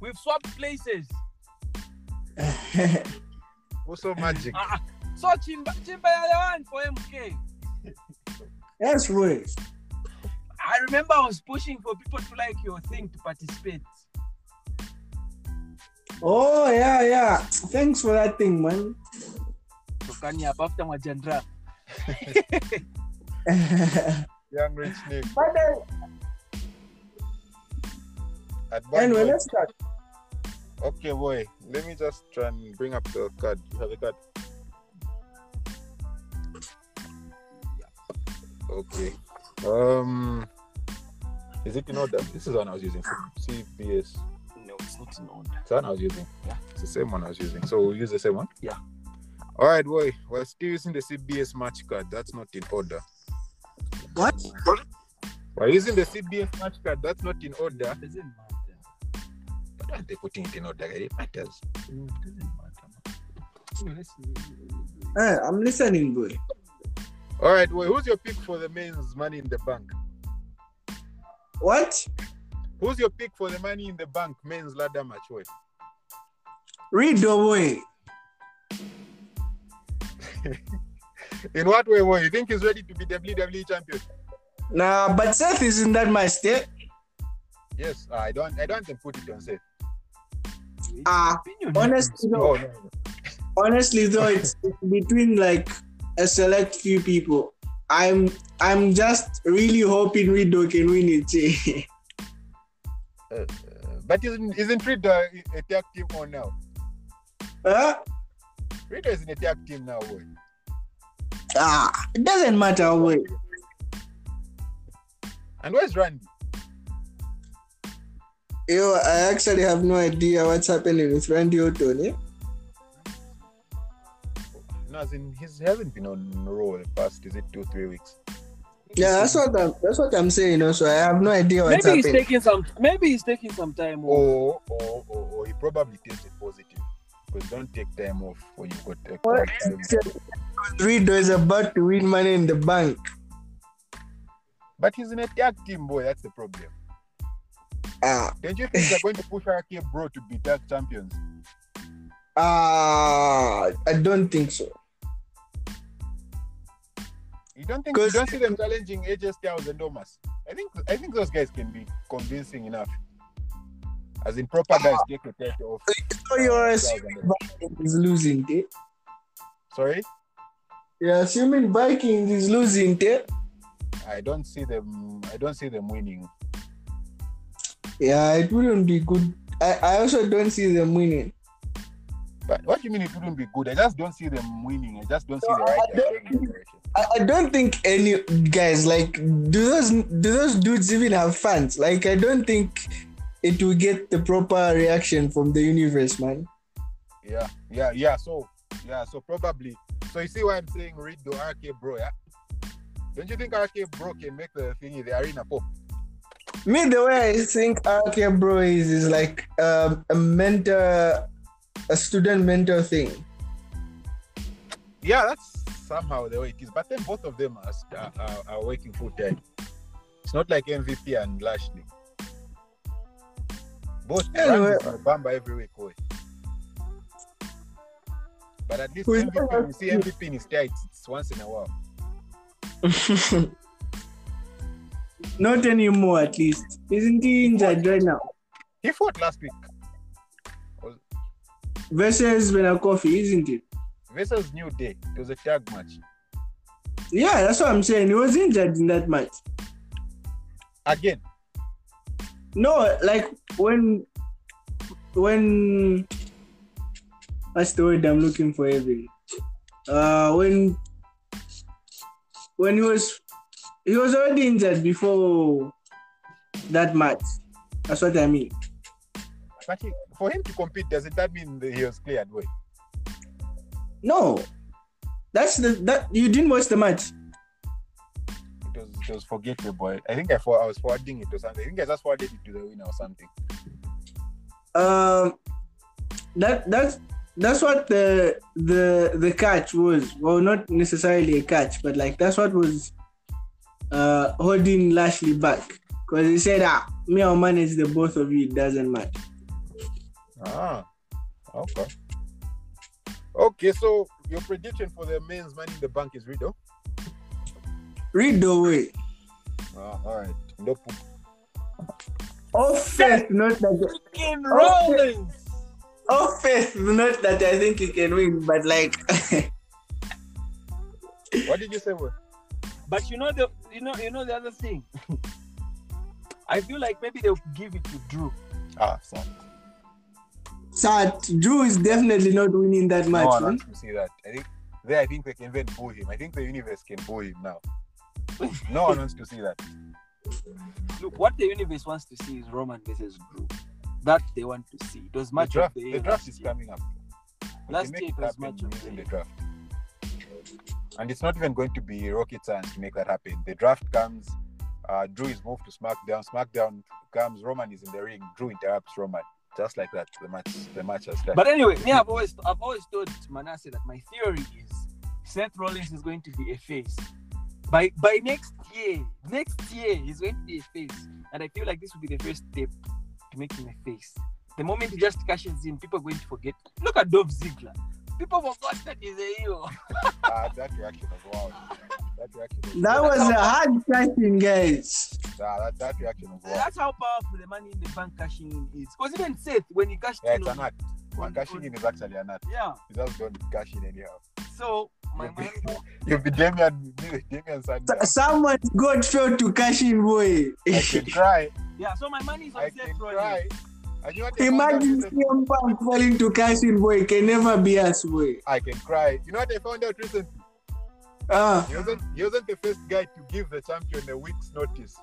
We've swapped places.
Also,
(laughs)
magic.
Ah, ah. so Chimba, Chimba you're the one for MK.
(laughs) yes, Roy.
I remember I was pushing for people to like your thing to participate.
Oh, yeah, yeah. Thanks for that thing, man.
Tokani abafta Mwajandra.
Young rich name.
uh, anyway, let's start.
Okay, boy. Let me just try and bring up the card. You have a card? Okay. Um, is it in order? This is one I was using. CBS.
No, it's not in order.
It's one I was using.
Yeah.
It's the same one I was using. So we'll use the same one.
Yeah.
All right, boy. We're still using the CBS match card. That's not in order.
What?
We're using the CBS match card. That's not in order.
Doesn't matter.
But why are they putting it in order? It matters.
No, it doesn't matter. No, let's-
Eh, I'm listening, boy.
All right, boy. Who's your pick for the men's money in the bank?
What?
Who's your pick for the money in the bank men's ladder match? Boy?
Read the way.
In what way, boy? You think he's ready to be WWE champion?
Nah, but Seth is in that match, eh?
Yes, I don't. I don't put it on safe.
Ah,
Opinion.
honestly,
Oh,
though,
no, no.
honestly, though, it's it's between like a select few people. I'm I'm just really hoping Rido can win it. eh. (laughs)
Uh, but isn't isn't Rita a tag team on now?
huh?
Rita is in a tag team now, boy.
Ah, it doesn't matter, boy.
And where's Randy?
Yo, I actually have no idea what's happening with Randy Orton. Eh?
No, as in he's, he hasn't been on Raw the past is it two three weeks?
Yeah, that's what I'm. That's what I'm saying. Also, I have no idea what's
Maybe he's
happening.
taking some. Maybe he's taking some time off.
Or or, or, or he probably tested positive. Because don't take time off when you've got a
What? Rido is about to win Money in the Bank.
But he's in a tag team, boy. That's the problem.
Ah,
Don't you think they're going to push RK Bro to be tag champions?
ah, I don't think so.
You don't think you don't see them challenging AJ Styles and Omas? I think I think those guys can be convincing enough. As in proper guys take the title off.
Ah. So you're
Styles
assuming
and Omas.
Vikings is losing, eh?
Sorry,
You're assuming Vikings is losing, eh?
I don't see them. I don't see them winning.
Yeah, it wouldn't be good. I, I also don't see them winning.
But what do you mean it wouldn't be good? I just don't see them winning. I just don't see the
No, I- I
right guys
don't
going in that direction.
I, I don't think any guys like do those do those dudes even have fans? Like I don't think it will get the proper reaction from the universe, man.
Yeah, yeah, yeah. So yeah, so probably. So you see why I'm saying read the Oh, RK Bro, yeah. Don't you think RK Bro can make the thing in the arena pop?
Me, the way I think RK Bro is is like um, a mentor, a student mentor thing.
Yeah, that's somehow the way it is. But then both of them are st- are, are working full time. It's not like MVP and Lashley. Both
Anyway.
anyway. Bamba every week, boy. But at least
Who's
MVP,
that?
you see MVP in his tights. It's once in a while.
Not anymore, at least. Isn't he injured right now?
He fought last week
Versus Benakofi, isn't it?
versus New Day. It was a tag match
Yeah, that's what I'm saying. He was injured in that match.
again.
No, like when when that's the word I'm looking for even. Uh when when he was he was already injured before that match. That's what I mean.
But he, for him to compete, doesn't that mean that he was cleared? Boy,
No. That's the that you didn't watch the match.
it was it was forgettable. Boy, I think I, for, I was forwarding it or something. I think I just forwarded it to the winner or something.
Um that that's that's what the the the catch was. Well, not necessarily a catch, but like that's what was uh holding Lashley back. Cause he said, "Ah, me I'll manage the both of you. It doesn't matter."
Ah, okay. Okay, so your prediction for the men's money in the bank is Riddle.
Read the way.
Ah, all right. No poop.
Offense, not that. Okay.
Fucking Rollins.
Offense, not that I think he can win, but like, (laughs)
What did you say? Boy?
But you know the you know you know the other thing. (laughs) I feel like maybe they'll give it to Drew.
Ah, sorry.
Sat Drew is definitely not winning that match.
no,
man.
not to see that. I think there. I think they can even boo him. I think the universe can boo him now. No one wants to see that.
Look, what the universe wants to see is Roman versus Drew. That they want to see. It was
The
much
draft,
of the,
the draft is coming up. We
Last
can make
year it
it
was
happen
much of
using
the-
the draft. And it's not even going to be rocket science to make that happen. The draft comes, uh, Drew is moved to SmackDown. SmackDown comes, Roman is in the ring. Drew interrupts Roman. Just like that, the match, the match has started.
But anyway, me, I've always I've always told Manasseh that my theory is Seth Rollins is going to be a face. By by next year, next year he's going to be a face. And I feel like this will be the first step to make him a face. The moment he just cashes in, people are going to forget. Look at Dove Ziggler. People forgot that he's a hero.
Ah, that reaction was wild. That reaction was
That was a hard fighting, guys.
Ah, that, that reaction was wild.
That's how powerful the money in the bank cashing in is. Because even Seth, when he cashed
Yeah,
in,
it's an
on-
act.
on-
Cashing
on-
in is actually an act.
yeah.
You just don't cash in anyhow.
So my man,
You'll be Damian, Damian Sandow.
S- someone's God failed to cash in, boy.
I can cry.
yeah. So my money is on
I
Seth
can
Rollins.
cry. And you know what I found out
(laughs) Imagine
recently?
CM Punk falling to cash in, boy. Can never be us, boy.
I can cry. You know what I found out recently?
Ah,
He wasn't, he wasn't the first guy to give the champion a week's notice.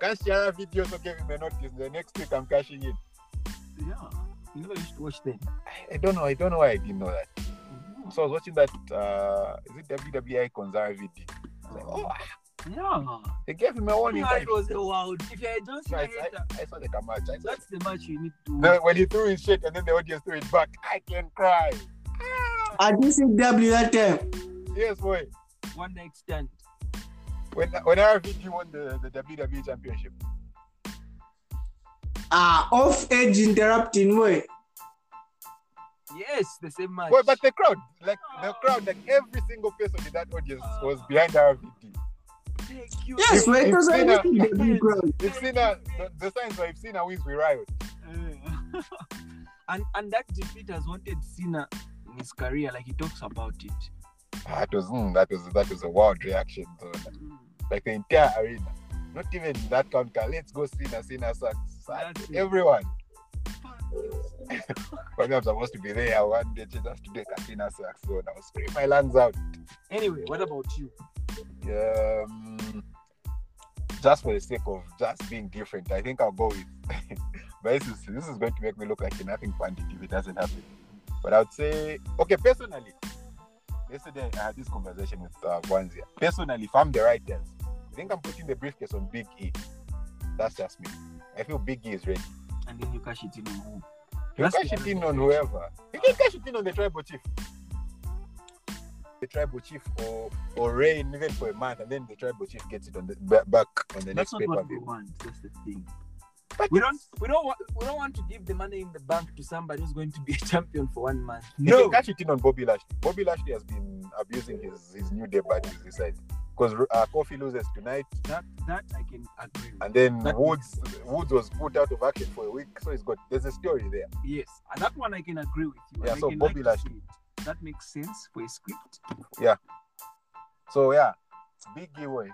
Kashara videos also gave him a notice. The next week I'm cashing in.
Yeah. You never used to watch them.
I, I don't know. I don't know why I didn't know that. So I was watching that. Uh, is it WWE Icons RVD? I was like, oh, ah,
Yeah.
they gave him a warning.
Yeah,
I,
it was a wild. If you're a John Cena
I,
hater,
I saw the match. I saw,
that's the match you need to.
the, when he threw his shit and then the audience threw it back. I can cry. Ah,
at ECW that time.
yes, boy.
One night stand.
When when RVD won the, the WWE Championship,
Ah, off edge interrupting, boy.
Yes, the same match.
well, but the crowd, like the crowd, like every single person in that audience
Oh.
was behind RVD.
Thank you.
Yes, well, it was
If- if
already
Cena-
the big ground.
If Cena, the, the signs were if Cena wins, we riot.
Uh, (laughs) and and that defeat has wanted Cena in his career, like he talks about it.
That was mm, that was that was a wild reaction, though. like the entire arena. Not even that count. count. Let's go Cena, Cena sucks. sucks.
That's it.
Everyone. Probably I'm supposed to be there one day. Just have to do a Cena sucks. So I will scream my lungs out.
Anyway, what about you?
Um, just for the sake of just being different, I think I'll go with. (laughs) but this is this is going to make me look like a nothing bandit if it doesn't happen. But I would say, okay, personally, yesterday I had this conversation with uh, Wanzia. Personally, if I'm the writers, I think I'm putting the briefcase on Big E. That's just me. I feel Biggie is ready.
and then you cash it in on who?
You
That's
cash
the
it in on whoever. You can cash it in on the tribal chief. The tribal chief or or rain even for a month, and then the tribal chief gets it on the ba- back on the next
That's not
paper
what we
view.
want. That's the thing. We don't, we don't, want, we don't want to give the money in the bank to somebody who's going to be a (laughs) champion for one month.
You
No,
can cash it in on Bobby Lashley. Bobby Lashley has been abusing his, his new debut to his side because uh, Kofi loses tonight,
that that I can agree. With.
and then
That-
Woods Woods was put out of action for a week, so he's got there's a story there.
Yes, and that one I can agree with you. and
Yeah,
I
so
can
Bobby
to
Lashley.
see it. That makes sense for a script.
So yeah, big giveaway,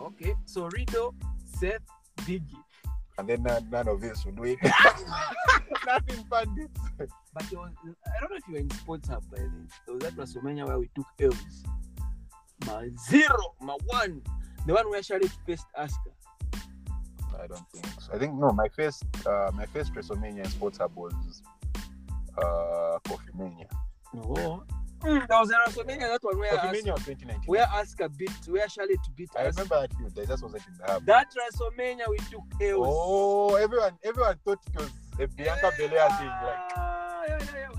Okay, so Rido, Seth, Biggie,
and then none, none of this will do it. (laughs) Nothing bandits.
but there was, I don't know if you were in sports hub by then. There was that WrestleMania where we took L's. My zero, my one, the one where Charlotte faced Asuka.
I don't think so. I think no, my first uh, my first WrestleMania in sports hub was uh Coffee Mania.
No, mm, there was a WrestleMania that one where
Coffee
Asuka,
Mania was 2019.
where Asuka beat, where Charlotte beat
I
Asuka.
remember at you, I just wasn't in the hub.
That WrestleMania we took L's.
oh, everyone everyone thought it was a Bianca Belair thing. Like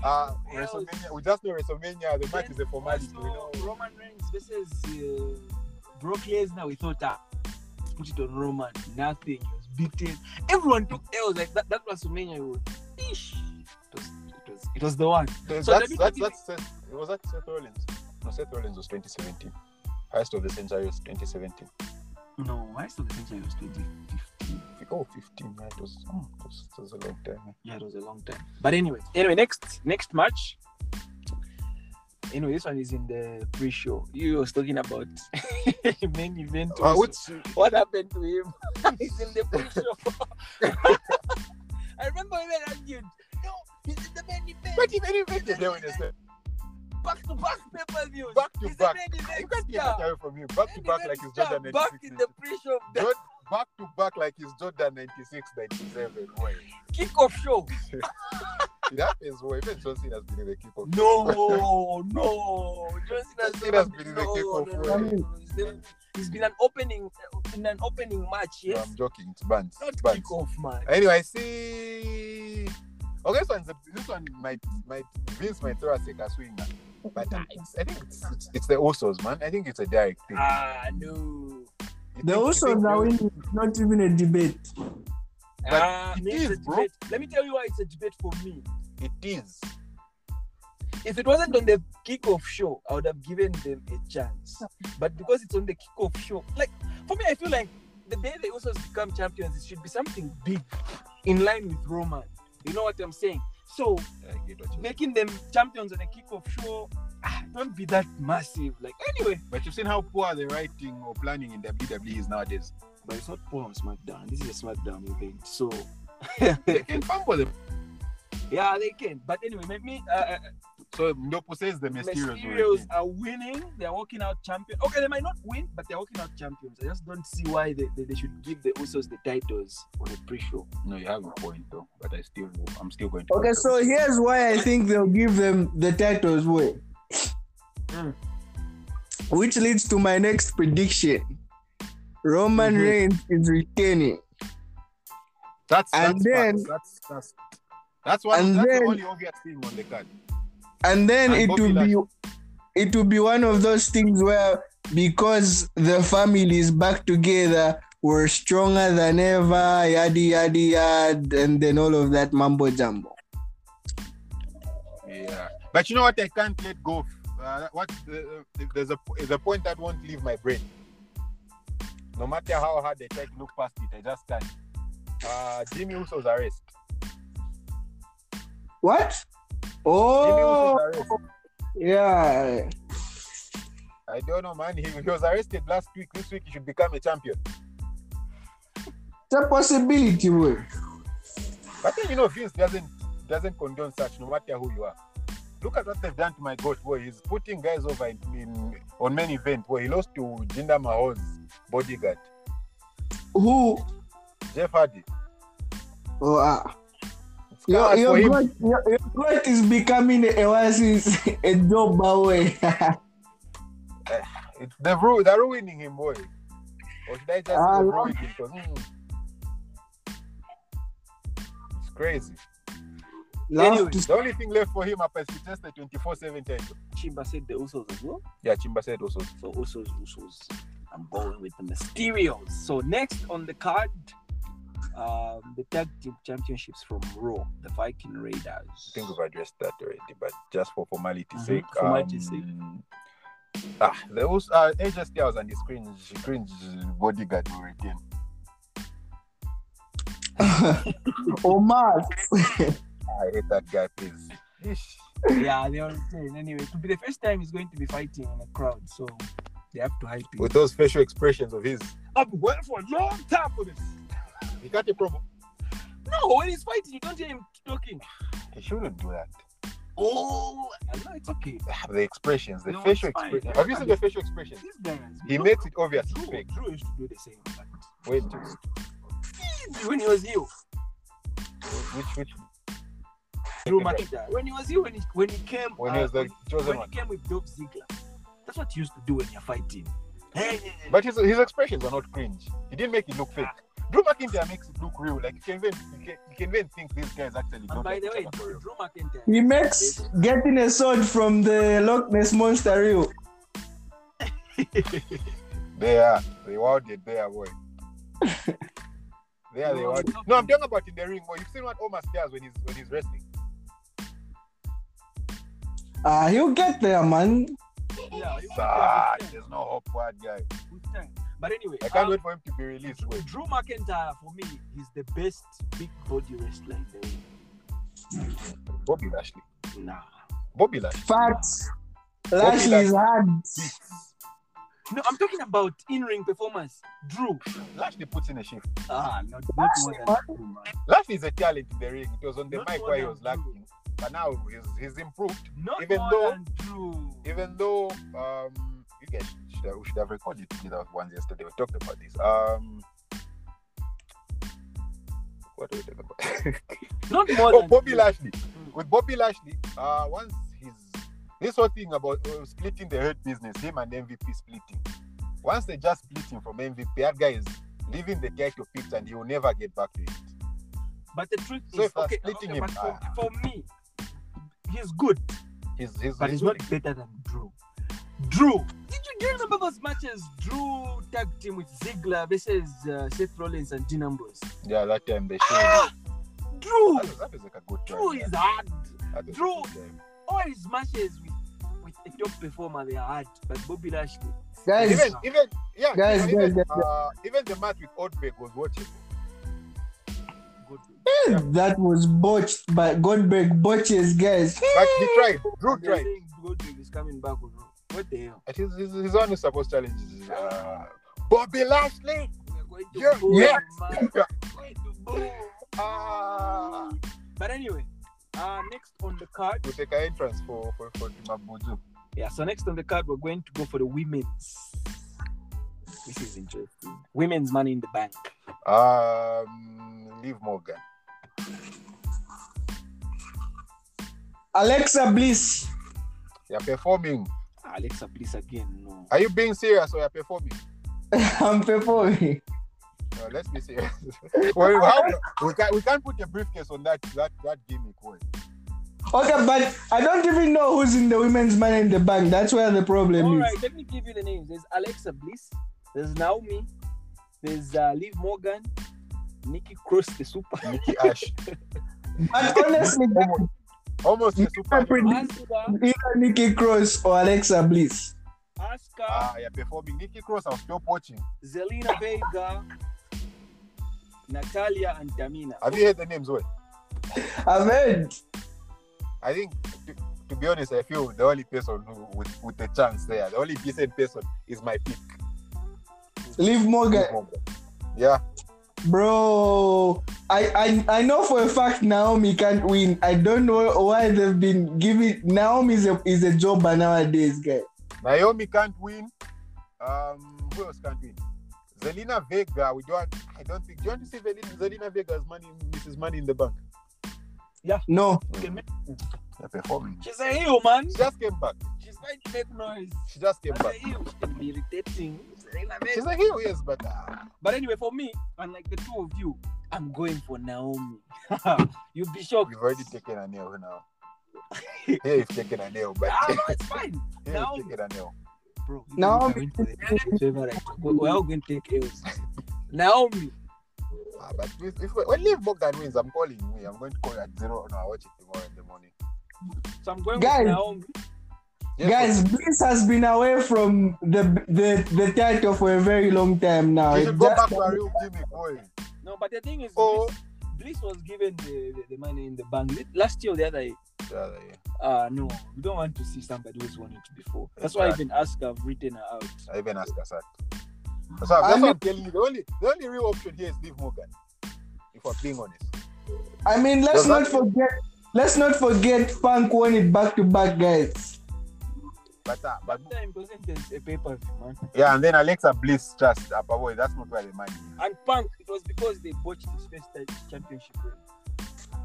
Ah, yeah, yeah, yeah,
uh WrestleMania. We
we took L's.
just know WrestleMania. The match is a formality.
Also,
We know.
Roman Reigns versus uh, Brock Lesnar. We thought, ah, put it on Roman. Nothing. He was beaten. Everyone took L's. Like that, that WrestleMania was. Ish. It was, it was, it was the one.
That's,
So
that's,
WWE
that's, that's Seth, was that Seth Rollins? No, Seth Rollins was 2017. Highest of the century was 2017.
No, I still think it was 2015.
Oh, 15, yeah, it was, mm, it was, it was a long time.
Yeah, it was a long time. But anyway, anyway, next next match. Anyway, this one is in the pre-show. You was talking about (laughs) main event.
Uh,
also.
which,
what happened to him? (laughs) he's in the pre-show. I remember when I argued. No, he's in the main event.
but even if it is
back to back pay-per-views.
Back to
he's
back.
The main
you
event
can't get
star.
that away from him. Back to
Main
back
event
like it's
star,
Jordan
Back in
96.
the pre-show. The
Jor- Back to back like it's Jordan 96, 97. Why?
kickoff show.
It happens. Why? Even John Cena has been in the kickoff.
No, no. John Cena's
Cena
never
has been in the
no,
kickoff
no,
show.
no, no, no. He's never- He's been an opening in an opening match.
No,
Yes,
I'm joking. It's Bands.
not
It's Bands.
kickoff match.
Anyway, I see. Okay, this one's a, this one might might Vince might throw us like a swinger, but uh, it's, I think it's, it's, it's the Usos, man. I think it's a direct thing.
Ah, no.
You
The
think- you
Usos
think
are
Vince-
winning. Not even a debate.
But
Ah,
it
me, it's
is,
a
bro.
debate. Let me tell you why it's a debate for me.
It is.
If it wasn't on the kickoff show, I would have given them a chance. But because it's on the kickoff show, like for me, I feel like the day they also become champions, it should be something big, in line with Roman. You know what I'm saying? So
I get what you
making them champions on the kickoff show, ah, don't be that massive. Like anyway,
But you've seen how poor the writing or planning in WWE is nowadays.
but it's not poor on SmackDown. This is a SmackDown event, so
They can fumble them.
yeah, they can. But anyway, make me. Uh,
So Ndopo says the Mysterios. were
Mysterios
in.
are winning. They're walking out champion. Okay, they might not win, but they're walking out champions. I just don't see why they, they, they should give the Usos the titles on the pre-show.
No, you have a point though, but I still I'm still going to.
Okay, so here's why I think they'll give them the titles way. Hmm.
Mm.
Which leads to my next prediction. Roman
Mhm.
Reigns is retaining.
that's
and
that's
then-
facts. that's that's that's one
and
that's
then-
the only obvious thing on the card.
And then
And
it
Bobby
will be it will be one of those things where because the family is back together, we're stronger than ever, yada yada yada, and then all of that mumbo jumbo.
Yeah, but you know what? I can't let go. Of, uh, what the, the, there's a there's a point that won't leave my brain. No matter how hard I try to look past it, I just can't. Uh, Jimmy Uso's arrest.
What?
Jimmy Uso's
Oh
arrest.
yeah.
I don't know, man. He, he was arrested last week. This week he should become a champion.
It's a possibility, boy.
But then you know Vince doesn't doesn't condone such, no matter who you are. Look at what they've done to my goat boy. He's putting guys over in, in on main event where he lost to Jinder Mahal's bodyguard,
Who
Jeff Hardy.
Oh, ah.
It's
Your,
hard for
your,
him.
growth, your, your growth is becoming a oasis, (laughs) a job away.
It's the ru- they're ruining him, boy. Or should I just
Ah,
say
no.
ruining him? 'Cause, mm, crazy.
(laughs) Love
Anyway.
to
The only thing left for him apart is just the 24-7 title.
Chimba said the Usos as well.
Yeah, Chimba said also.
So Usos, Usos. I'm going with the Mysterios. So next on the card, um, the tag team championships from Raw, the Viking Raiders.
I think we've addressed that already, but just for formality's
Mhm,
sake.
formality's
um, Ah, there was uh, AJ Styles and his cringe, cringe bodyguard were again.
Omar.
Ah, I hate that guy, please. Ish.
yeah, they are saying anyway. To be the first time he's going to be fighting in a crowd, so they have to hype him.
With those facial expressions of his, I've been waiting for a long time for this. He got a promo.
No, when he's fighting, you don't hear him talking.
He shouldn't do that.
Oh, no, it's (laughs) okay.
Ah, The expressions, the
No,
facial
it's fine.
expressions. Have you seen the facial expressions?
This guy has
He
Drew-
makes it obvious he's
Drew,
fake.
Drew used to do the same. But
Wait,
when he was you,
which which
Drew McIntyre. When he was you, when he when he came,
when
uh,
he was the chosen
when
one?
he came with Dolph Ziggler, that's what he used to do when you're fighting. Hey,
But his, his expressions are not cringe. He didn't make it look fake. Drew McIntyre makes it look real. Like you can even you can, you can even think this guy is actually.
and
not
by
like
the
each (laughs)
way,
other for
Drew
real.
Drew McIntyre.
He makes getting a sword from the Loch Ness Monster real.
they are they wowed it. They are boy. They are they
No,
wowed.
no.
No, I'm talking about in the ring. Boy, you've seen what Omar does when he's when he's wrestling.
Ah, he'll get there, man.
Yeah, he was
Ah,
there
there's no hope for that guy.
with time. But anyway,
I can't
um,
wait for him to be released. Wait,
Drew McIntyre for me is the best big body wrestler in the ring.
Bobby Lashley.
Nah.
Bobby Lashley.
Facts. Lashley's hard.
No, I'm talking about in-ring performance. Drew.
Lashley puts in a shift.
Ah, not, not more than Drew, man.
Lashley is a talent in the ring. It was on the
Not
mic
more
where he
than
was
Drew.
lacking, but now he's he's improved.
Not
Even
more
though-
than Drew.
even though um you guys should, should have, we should have recorded the ones yesterday we talked about this um what are we talking about
Not more
oh
than
bobby
Drew.
lashley with bobby lashley uh once his this whole thing about uh, splitting the hurt business him and mvp splitting once they just split him from mvp that guy is leaving the guy to pitch and he will never get back to it
But the truth
So
is,
if I'm
okay,
splitting
okay,
him,
but for,
ah.
for me, he's good,
he's he's,
but
he's
he's not better than Drew. Drew, did you, do you remember those matches? Drew tag team with Ziggler versus uh, Seth Rollins and Dean Ambrose.
yeah that time they showed
Ah, Drew,
that, was, that was like a good
Drew
time, yeah.
is hard.
That was a
Drew-
good time.
All his matches with, with a top performer, they are hard. But Bobby Lashley,
Guys,
even even yeah
Guys,
even,
guys,
uh, even the match with Odbeck was watchable.
good.
that was botched, but Goldberg botches, guys.
But he tried. Drew
And they're
tried.
saying Goldberg is coming back with Raw. What the hell?
It is his, his only supposed challenge is uh, Bobby Lashley.
We're going to
Yeah,
boo,
(laughs) yeah.
man. We're going to boo.
Ah,
But anyway, uh, next on the card,
we take an entrance for for for Timabuzu.
yeah. So next on the card, we're going to go for the women's. This is interesting. Women's Money in the Bank.
Um, leave Morgan.
Alexa Bliss. (laughs)
You're performing.
Alexa Bliss again. No.
Are you being serious or you're performing?
I'm performing.
No, let's be serious. (laughs) well, how, we can we can't put a briefcase on that that that gimmick. Boy.
Okay, but I don't even know who's in the women's man in the bank. That's where the problem
All
is.
right, let me give you the names. There's Alexa Bliss. There's Naomi. There's uh, Liv Morgan. Nikki Cross, the super.
Nikki
(laughs)
Ash,
But honestly, (laughs)
almost, almost a super.
(laughs) Asuka,
either Nikki Cross or Alexa Bliss.
Asuka,
Ah, you're performing. Nikki Cross, I'll stop watching.
Zelina Vega, Natalia, and Tamina.
Have you heard the names? Well,
I've heard.
I think, to, to be honest, I feel the only person who with, with the chance there, the only decent person is my pick.
Liv Morgan.
Yeah,
Bro, I, I I know for a fact Naomi can't win. I don't know why they've been giving Naomi is a is a jobber nowadays, guy.
Naomi can't win. Um, who else can't win? Zelina Vega. We don't. I don't think. Do you want to see Zelina, Zelina Vega's money, Mrs. Money in the Bank?
No,
They're performing.
She's a heel, man.
She just came back.
She's trying to make noise.
She just came
As a
back.
heel, she can be irritating. She's like,
She's
"Man."
a heel, yes, but uh,
But anyway, for me, unlike the two of you, I'm going for Naomi. (laughs) You'll be shocked.
You've already taken a nail now. (laughs) yeah, you've taken a nail, but
Ah,
yeah,
no, it's fine,
you've
Naomi.
taken a nail.
bro. you
Naomi.
are going to the- whichever I took. We- We're all going to take L's. (laughs) Naomi,
Ah, but if, if when Liv Bogdan wins, I'm calling me. I'm going to call you at zero. No, I watch it tomorrow in the morning.
so I'm going
Guys.
with Naomi.
Yes,
Guys, Bliss has been away from the the the title for a very long time now.
you
It's
should go
just-
back to a real gimmick, boy.
No, but the thing is,
Oh.
Bliss, Bliss was given the, the, the money in the bank Li- last year or the other. year,
Yeah, yeah.
Uh, no, we don't want to see somebody who's won it before. That's why even Asuka have written her out.
I even asked us that. That's what, that's
I
what
mean-
I'm telling you. The only, the only real option here is Liv Morgan. If we're being honest.
I mean, let's
Does
not
that-
forget. Let's not forget Punk won it back to back, guys.
But, uh, but
Time doesn't there's a paper man.
yeah, and then Alexa Bliss, trust, uh, but boy, that's not where the money. is.
And Punk, it was because they botched his first ti- championship reign.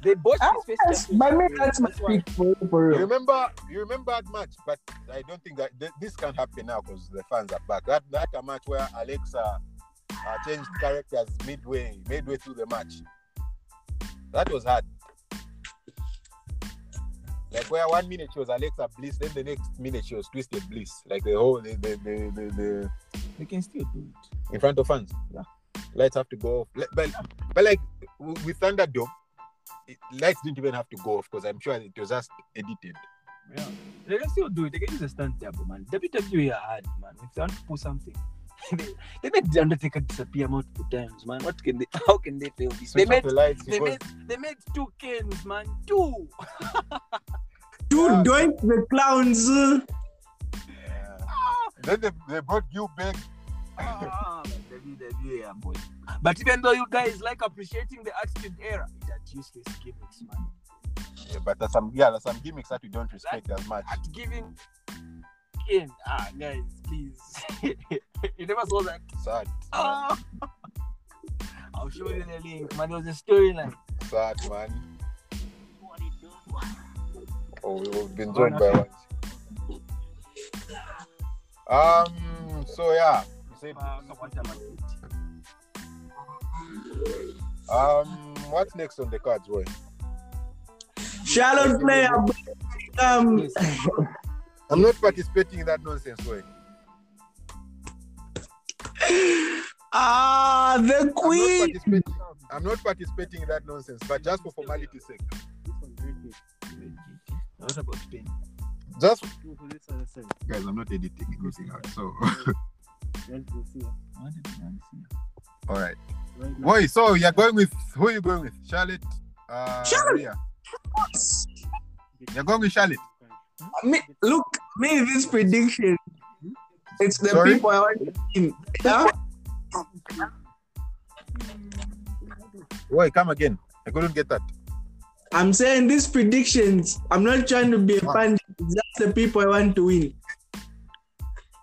They botched his
Yes,
first championship.
By me,
reign.
that's my
why-
pick for, for
You
real.
remember, you remember that match, but I don't think that th- this can happen now because the fans are back. That that a match where Alexa uh, changed characters midway, midway through the match. That was hard. Like where one minute she was Alexa Bliss, then the next minute she was Twisted Bliss. Like the whole the the the, the, the
They can still do it.
in front of fans. Yeah. Lights have to go off. Like, But, but like w- with Thunderdome, it, lights didn't even have to go off because I'm sure it was just edited.
Yeah. They can still do it. They can use a stunt double, man. WWE are hard, man. If they want to pull something, (laughs) they, they made The Undertaker disappear multiple times, man. What can they? How can they fail this? They
Switch off
made,
the lights.
they
it was-
made, they made two kings, man. Two.
Two
Yeah.
doink the clowns. uh,
Yeah. Then they, they brought you back.
Ah, but WWE are boy. (laughs) But even though you guys like appreciating the Attitude Era, that useless gimmicks, man.
Yeah, but there's some yeah, there's some gimmicks that we don't respect as much.
At giving in, ah, guys, please. (laughs) you never
(laughs)
saw that.
Sad.
Ah. I'll show you the link, man. It was a storyline.
Sad man.
What it do?
Oh, we've been joined by one. Um so yeah. You said
Uh, so what am I doing?
um what's next on the cards, Roy?
Charlotte player. Um,
Yes.
I'm not participating in that nonsense, Roy.
ah, the
I'm not
queen.
participating- I'm not participating in that nonsense, but just for formality's sake.
This one's very good. Very good. What about Spain?
Just
Go for this other side.
guys, I'm not editing anything out. So
You want to see? I wanted to see.
all right.
Right now.
Roy, so you're going with who are you going with? Charlotte? Uh
Charlotte.
Rhea? You're going with Charlotte.
Me, look, me, this prediction. It's the
Sorry?
people I want to win. Huh?
Roy, come again. I couldn't get that.
I'm saying these predictions. I'm not trying to be a pundit. It's just the people I want to win.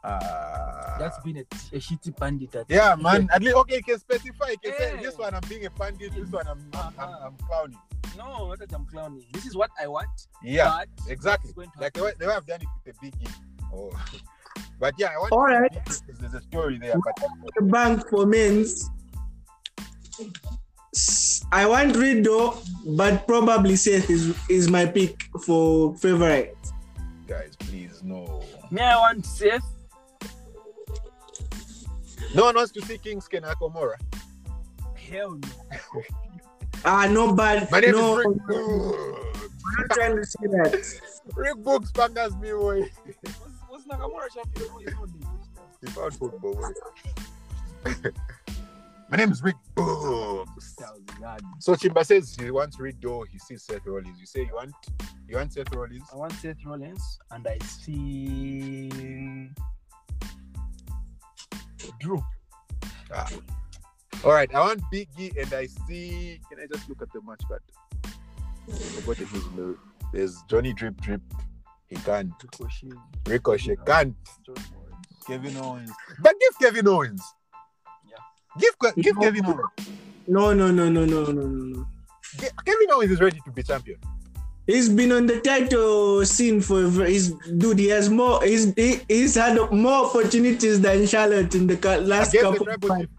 Uh,
That's been a, a shitty bandit. At
yeah, man. At least okay, you can specify. You can say
Hey. Uh-huh.
this one I'm being a pundit, this one I'm I'm, I'm, I'm clowning.
No, not that I'm clowning. This is what I want.
Yeah,
but
exactly.
it's going to
Like the way,
happen.
the way I've done it with the biggie. Oh, (laughs) but yeah, I want.
All right.
Because there's a story there, but
The bank for men's. I want Riddle, but probably Seth is, is my pick for favorite.
guys, please no.
me, I want Seth.
No one wants to see Kings Ken Akomora.
Hell no.
Ah, no bad.
My name
no,
is Rick.
I'm
Boogs.
not trying to say that.
Rick Books bangers me away.
What's, what's Nakamura champion? No, he's not
He
the-
found football. boy. (laughs) My name is Rick Books.
That was bad.
So Chimba says he wants Rick Doe. He sees Seth Rollins. You say you want you want Seth Rollins.
I want Seth Rollins, and I see Drew.
Ah. All right, I want Big E and I see. Can I just look at the match card? I forgot it was blue. There's Johnny Drip Drip. He can't.
Ricochet.
Ricochet can't.
John Morris.
Kevin Owens. But give Kevin Owens.
Yeah.
Give Ke- give
No.
Kevin Owens.
No, no, no, no, no, no, no, no.
Ge- Kevin Owens is ready to be champion.
He's been on the title scene for his dude. He has more. He's he, he's had more opportunities than Charlotte in the cu- last
Against the
couple.
tribal chief.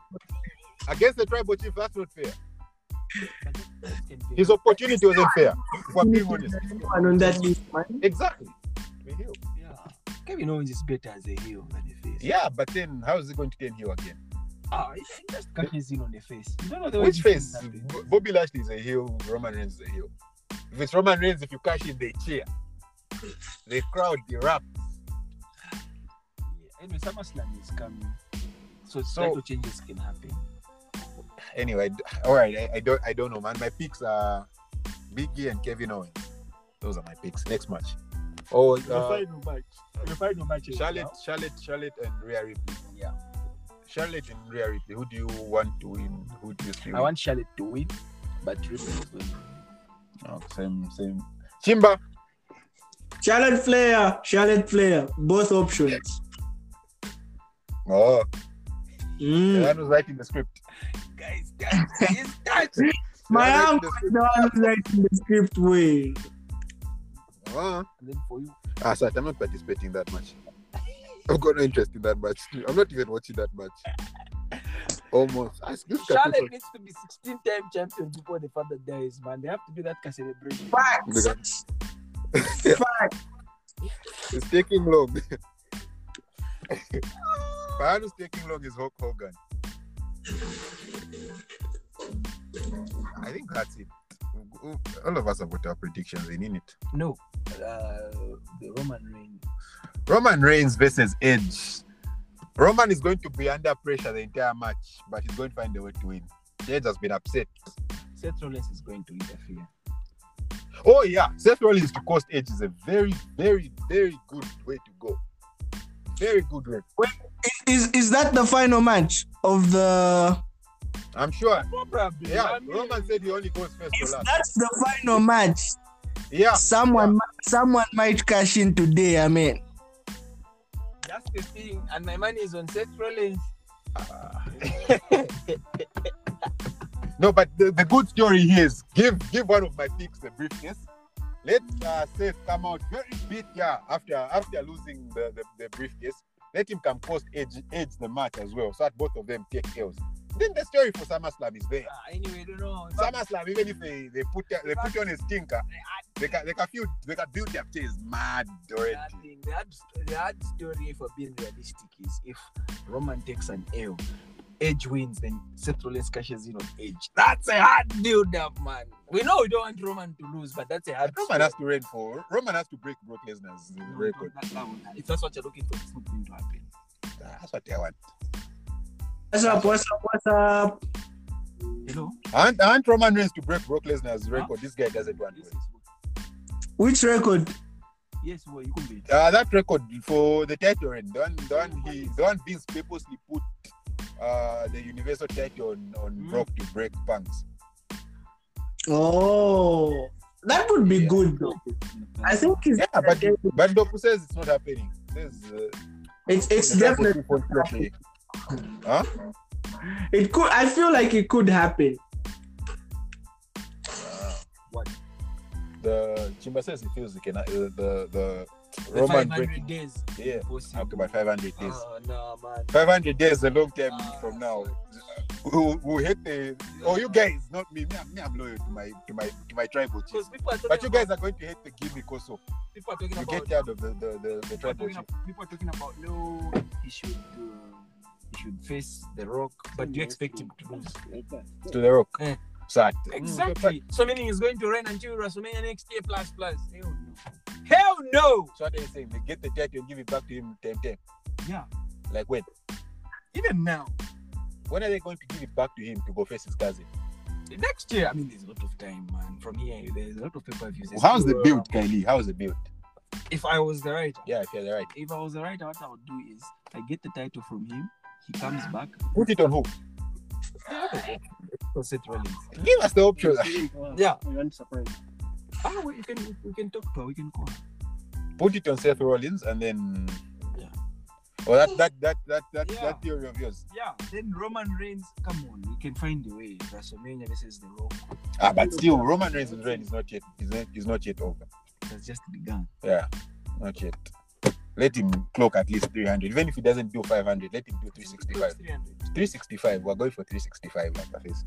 Against the tribal chief, that's not fair. His
He's
opportunity wasn't fair. For being honest.
One on that list, man.
Exactly. We heal.
yeah. Kevin Owens is better as a heel than a face.
Yeah, but then how is he going to turn heel again?
Ah, you should just cut his in on the face. You don't know the way
Which
you feel
face?
that way.
B- Bobby Lashley is a heel, Roman Reigns is a heel. If it's Roman Reigns, if you cash in, they cheer. The crowd erupts.
Yeah. Anyway, SummerSlam is coming. So,
So-
title changes can happen.
Anyway, d- all right, I, I don't I don't know, man. My picks are Biggie and Kevin Owens. Those are my picks. Next match. Oh, uh,
final match. Your final match
Charlotte, Charlotte, Charlotte, and Rhea Ripley.
Yeah.
Charlotte and Rhea Ripley. Who do you want to win? Who do you see?
I want Charlotte to win, but Ripley is going to
Oh, same, same. Chimba.
Charlotte Flair, Charlotte Flair, both options.
Oh,
Mm.
the one who's writing the script.
Guys, guys, he's done.
The one
My
writing the
uncle is
script.
the one who's writing the script way.
Oh.
And then for you,
Ah, sorry, I'm not participating that much. I've got no interest in that much. I'm not even watching that much. Almost. Ah, I still can't
Charlotte needs to be 16 time champion before the father dies, man. They have to do that kind of celebration.
Facts. Facts.
It's taking long. But who's taking long (laughs) is Hulk Hogan. I think that's it. All of us have got our predictions in, in it.
No, uh, the Roman reign.
Roman Reigns versus Edge. Roman is going to be under pressure the entire match, but he's going to find a way to win. Edge has been upset.
Seth Rollins is going to interfere.
Oh yeah, Seth Rollins to cost Edge is a very, very, very good way to go. Very good way.
Is is that the final match of the?
I'm sure.
Probably.
Yeah, Roman said he only goes first
If
to last.
that's the final match,
Yeah,
someone mi- someone might cash in today. I mean,
That's the thing, and my money is on Seth Rollins.
no, but the, the good story here is give give one of my picks the briefcase. Let uh, Seth come out very big, yeah, after after losing the, the, the briefcase. Let him come cost Edge Edge the match as well, so that both of them take L's. Then the story for SummerSlam is there.
Ah, anyway, I don't know.
SummerSlam, even if they, they put they put on a stinker, they can they can feel they can build their chase mad already.
That thing, the hard, the hard story for being realistic is if Roman takes an L, Edge wins, then Seth Rollins cashes in on Edge. That's a hard build up, man. We know we don't want Roman to lose, but that's a hard
Roman has to reign for Roman has to break Brock Lesnar's
story.
record.
That- that one, If that's what you're looking for, it's not going to happen.
That's what I want.
what's up? What's up? What's up?
Hello?
I want, I want Roman Reigns to break Brock Lesnar's record. This guy doesn't want
This
it.
is what-
Which record?
Yes, well, you could be.
Uh, that record for the title reign, the one, the one he, the one Vince purposely put uh, the Universal title on, on
Mm.
Brock to break Punk's.
Oh, that would be
Yeah.
good though. I think it's
Yeah, but but Doku says it's not happening. Says uh,
it's it's
the Tribal
definitely
Chief won't let me.
it could. I feel like it could happen.
What?
the Chimba says he feels he can uh, the the
The
Roman
500
breaking.
days.
Yeah,
Possible.
okay, about 500 days.
Oh, no, man.
500 days is a long time
Ah,
from now.
sorry.
Who who hit the? Oh, you guys, not me. Me, I'm, me, I'm loyal to my to my to my tribal chief.
Because people are talking
But you
about-
guys are going to hate the gimmick also.
people are talking
You
about
get out of the the the, the
people are
tribal
talking
chief.
about- people are talking about no he should uh, he should face the rock but do you expect him to lose
Mm. to the rock.
Eh.
Sad. Mm.
exactly so meaning he's going to reign until WrestleMania next year plus plus hell no hell no
So what are you saying? They get the title and give it back to him ten ten.
yeah
Like when?
even now
When are they going to give it back to him to go face his cousin?
the next year I mean there's a lot of time man from here there's a lot of paper views
How's the build, Kylie? How's the build?
if I was the writer
Yeah, if you're the right.
if I was the writer what I would do is I get the title from him he comes back (laughs)
Put it on who?
for Seth Rollins
Give us the option.
yeah
We aren't surprised.
ah we can we can talk to her we can call her
put it on Seth Rollins and then
Yeah.
Well, that that that that that,
Yeah.
that theory of yours.
Yeah, then Roman Reigns, come on, you can find a way. WrestleMania versus The Rock
Ah, but still, Roman Reigns' reign is not yet is not, is not yet over.
has just begun.
Yeah, not yet. Let him clock at least 300. Even if he doesn't do 500, let him do 365. 365. We're going for 365 at least.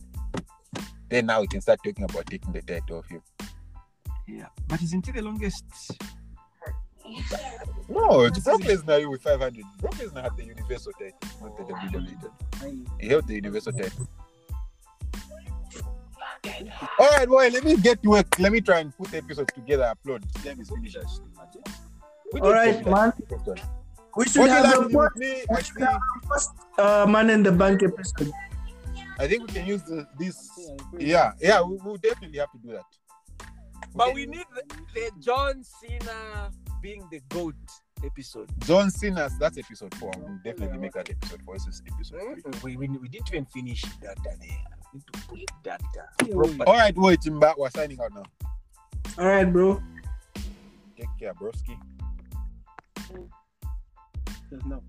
Then now we can start talking about taking the title off him.
Yeah, but isn't he the longest?
No, it's Brock Lesnar with 500. Brock Lesnar had the Universal title, not the WWE title. He held the Universal title. All right, boy, let me get to work. Let me try and put the episode together. Upload. Let me finish us. We
All
did
right,
something.
man.
What
We
you
should
like
have
to do
a po-
with me?
we
I
should
think-
have a first uh, man in the bank episode.
I think we can use the, this. Yeah, yeah, we will definitely have to do that.
But we need the, the John Cena being the GOAT episode.
John Cena's that's episode four. We'll definitely make that episode four. This is episode three.
We, we, we didn't even finish data there. We need to put data.
All right, boy, Jimba, we're signing out now.
All right, bro.
Take care, broski.
No.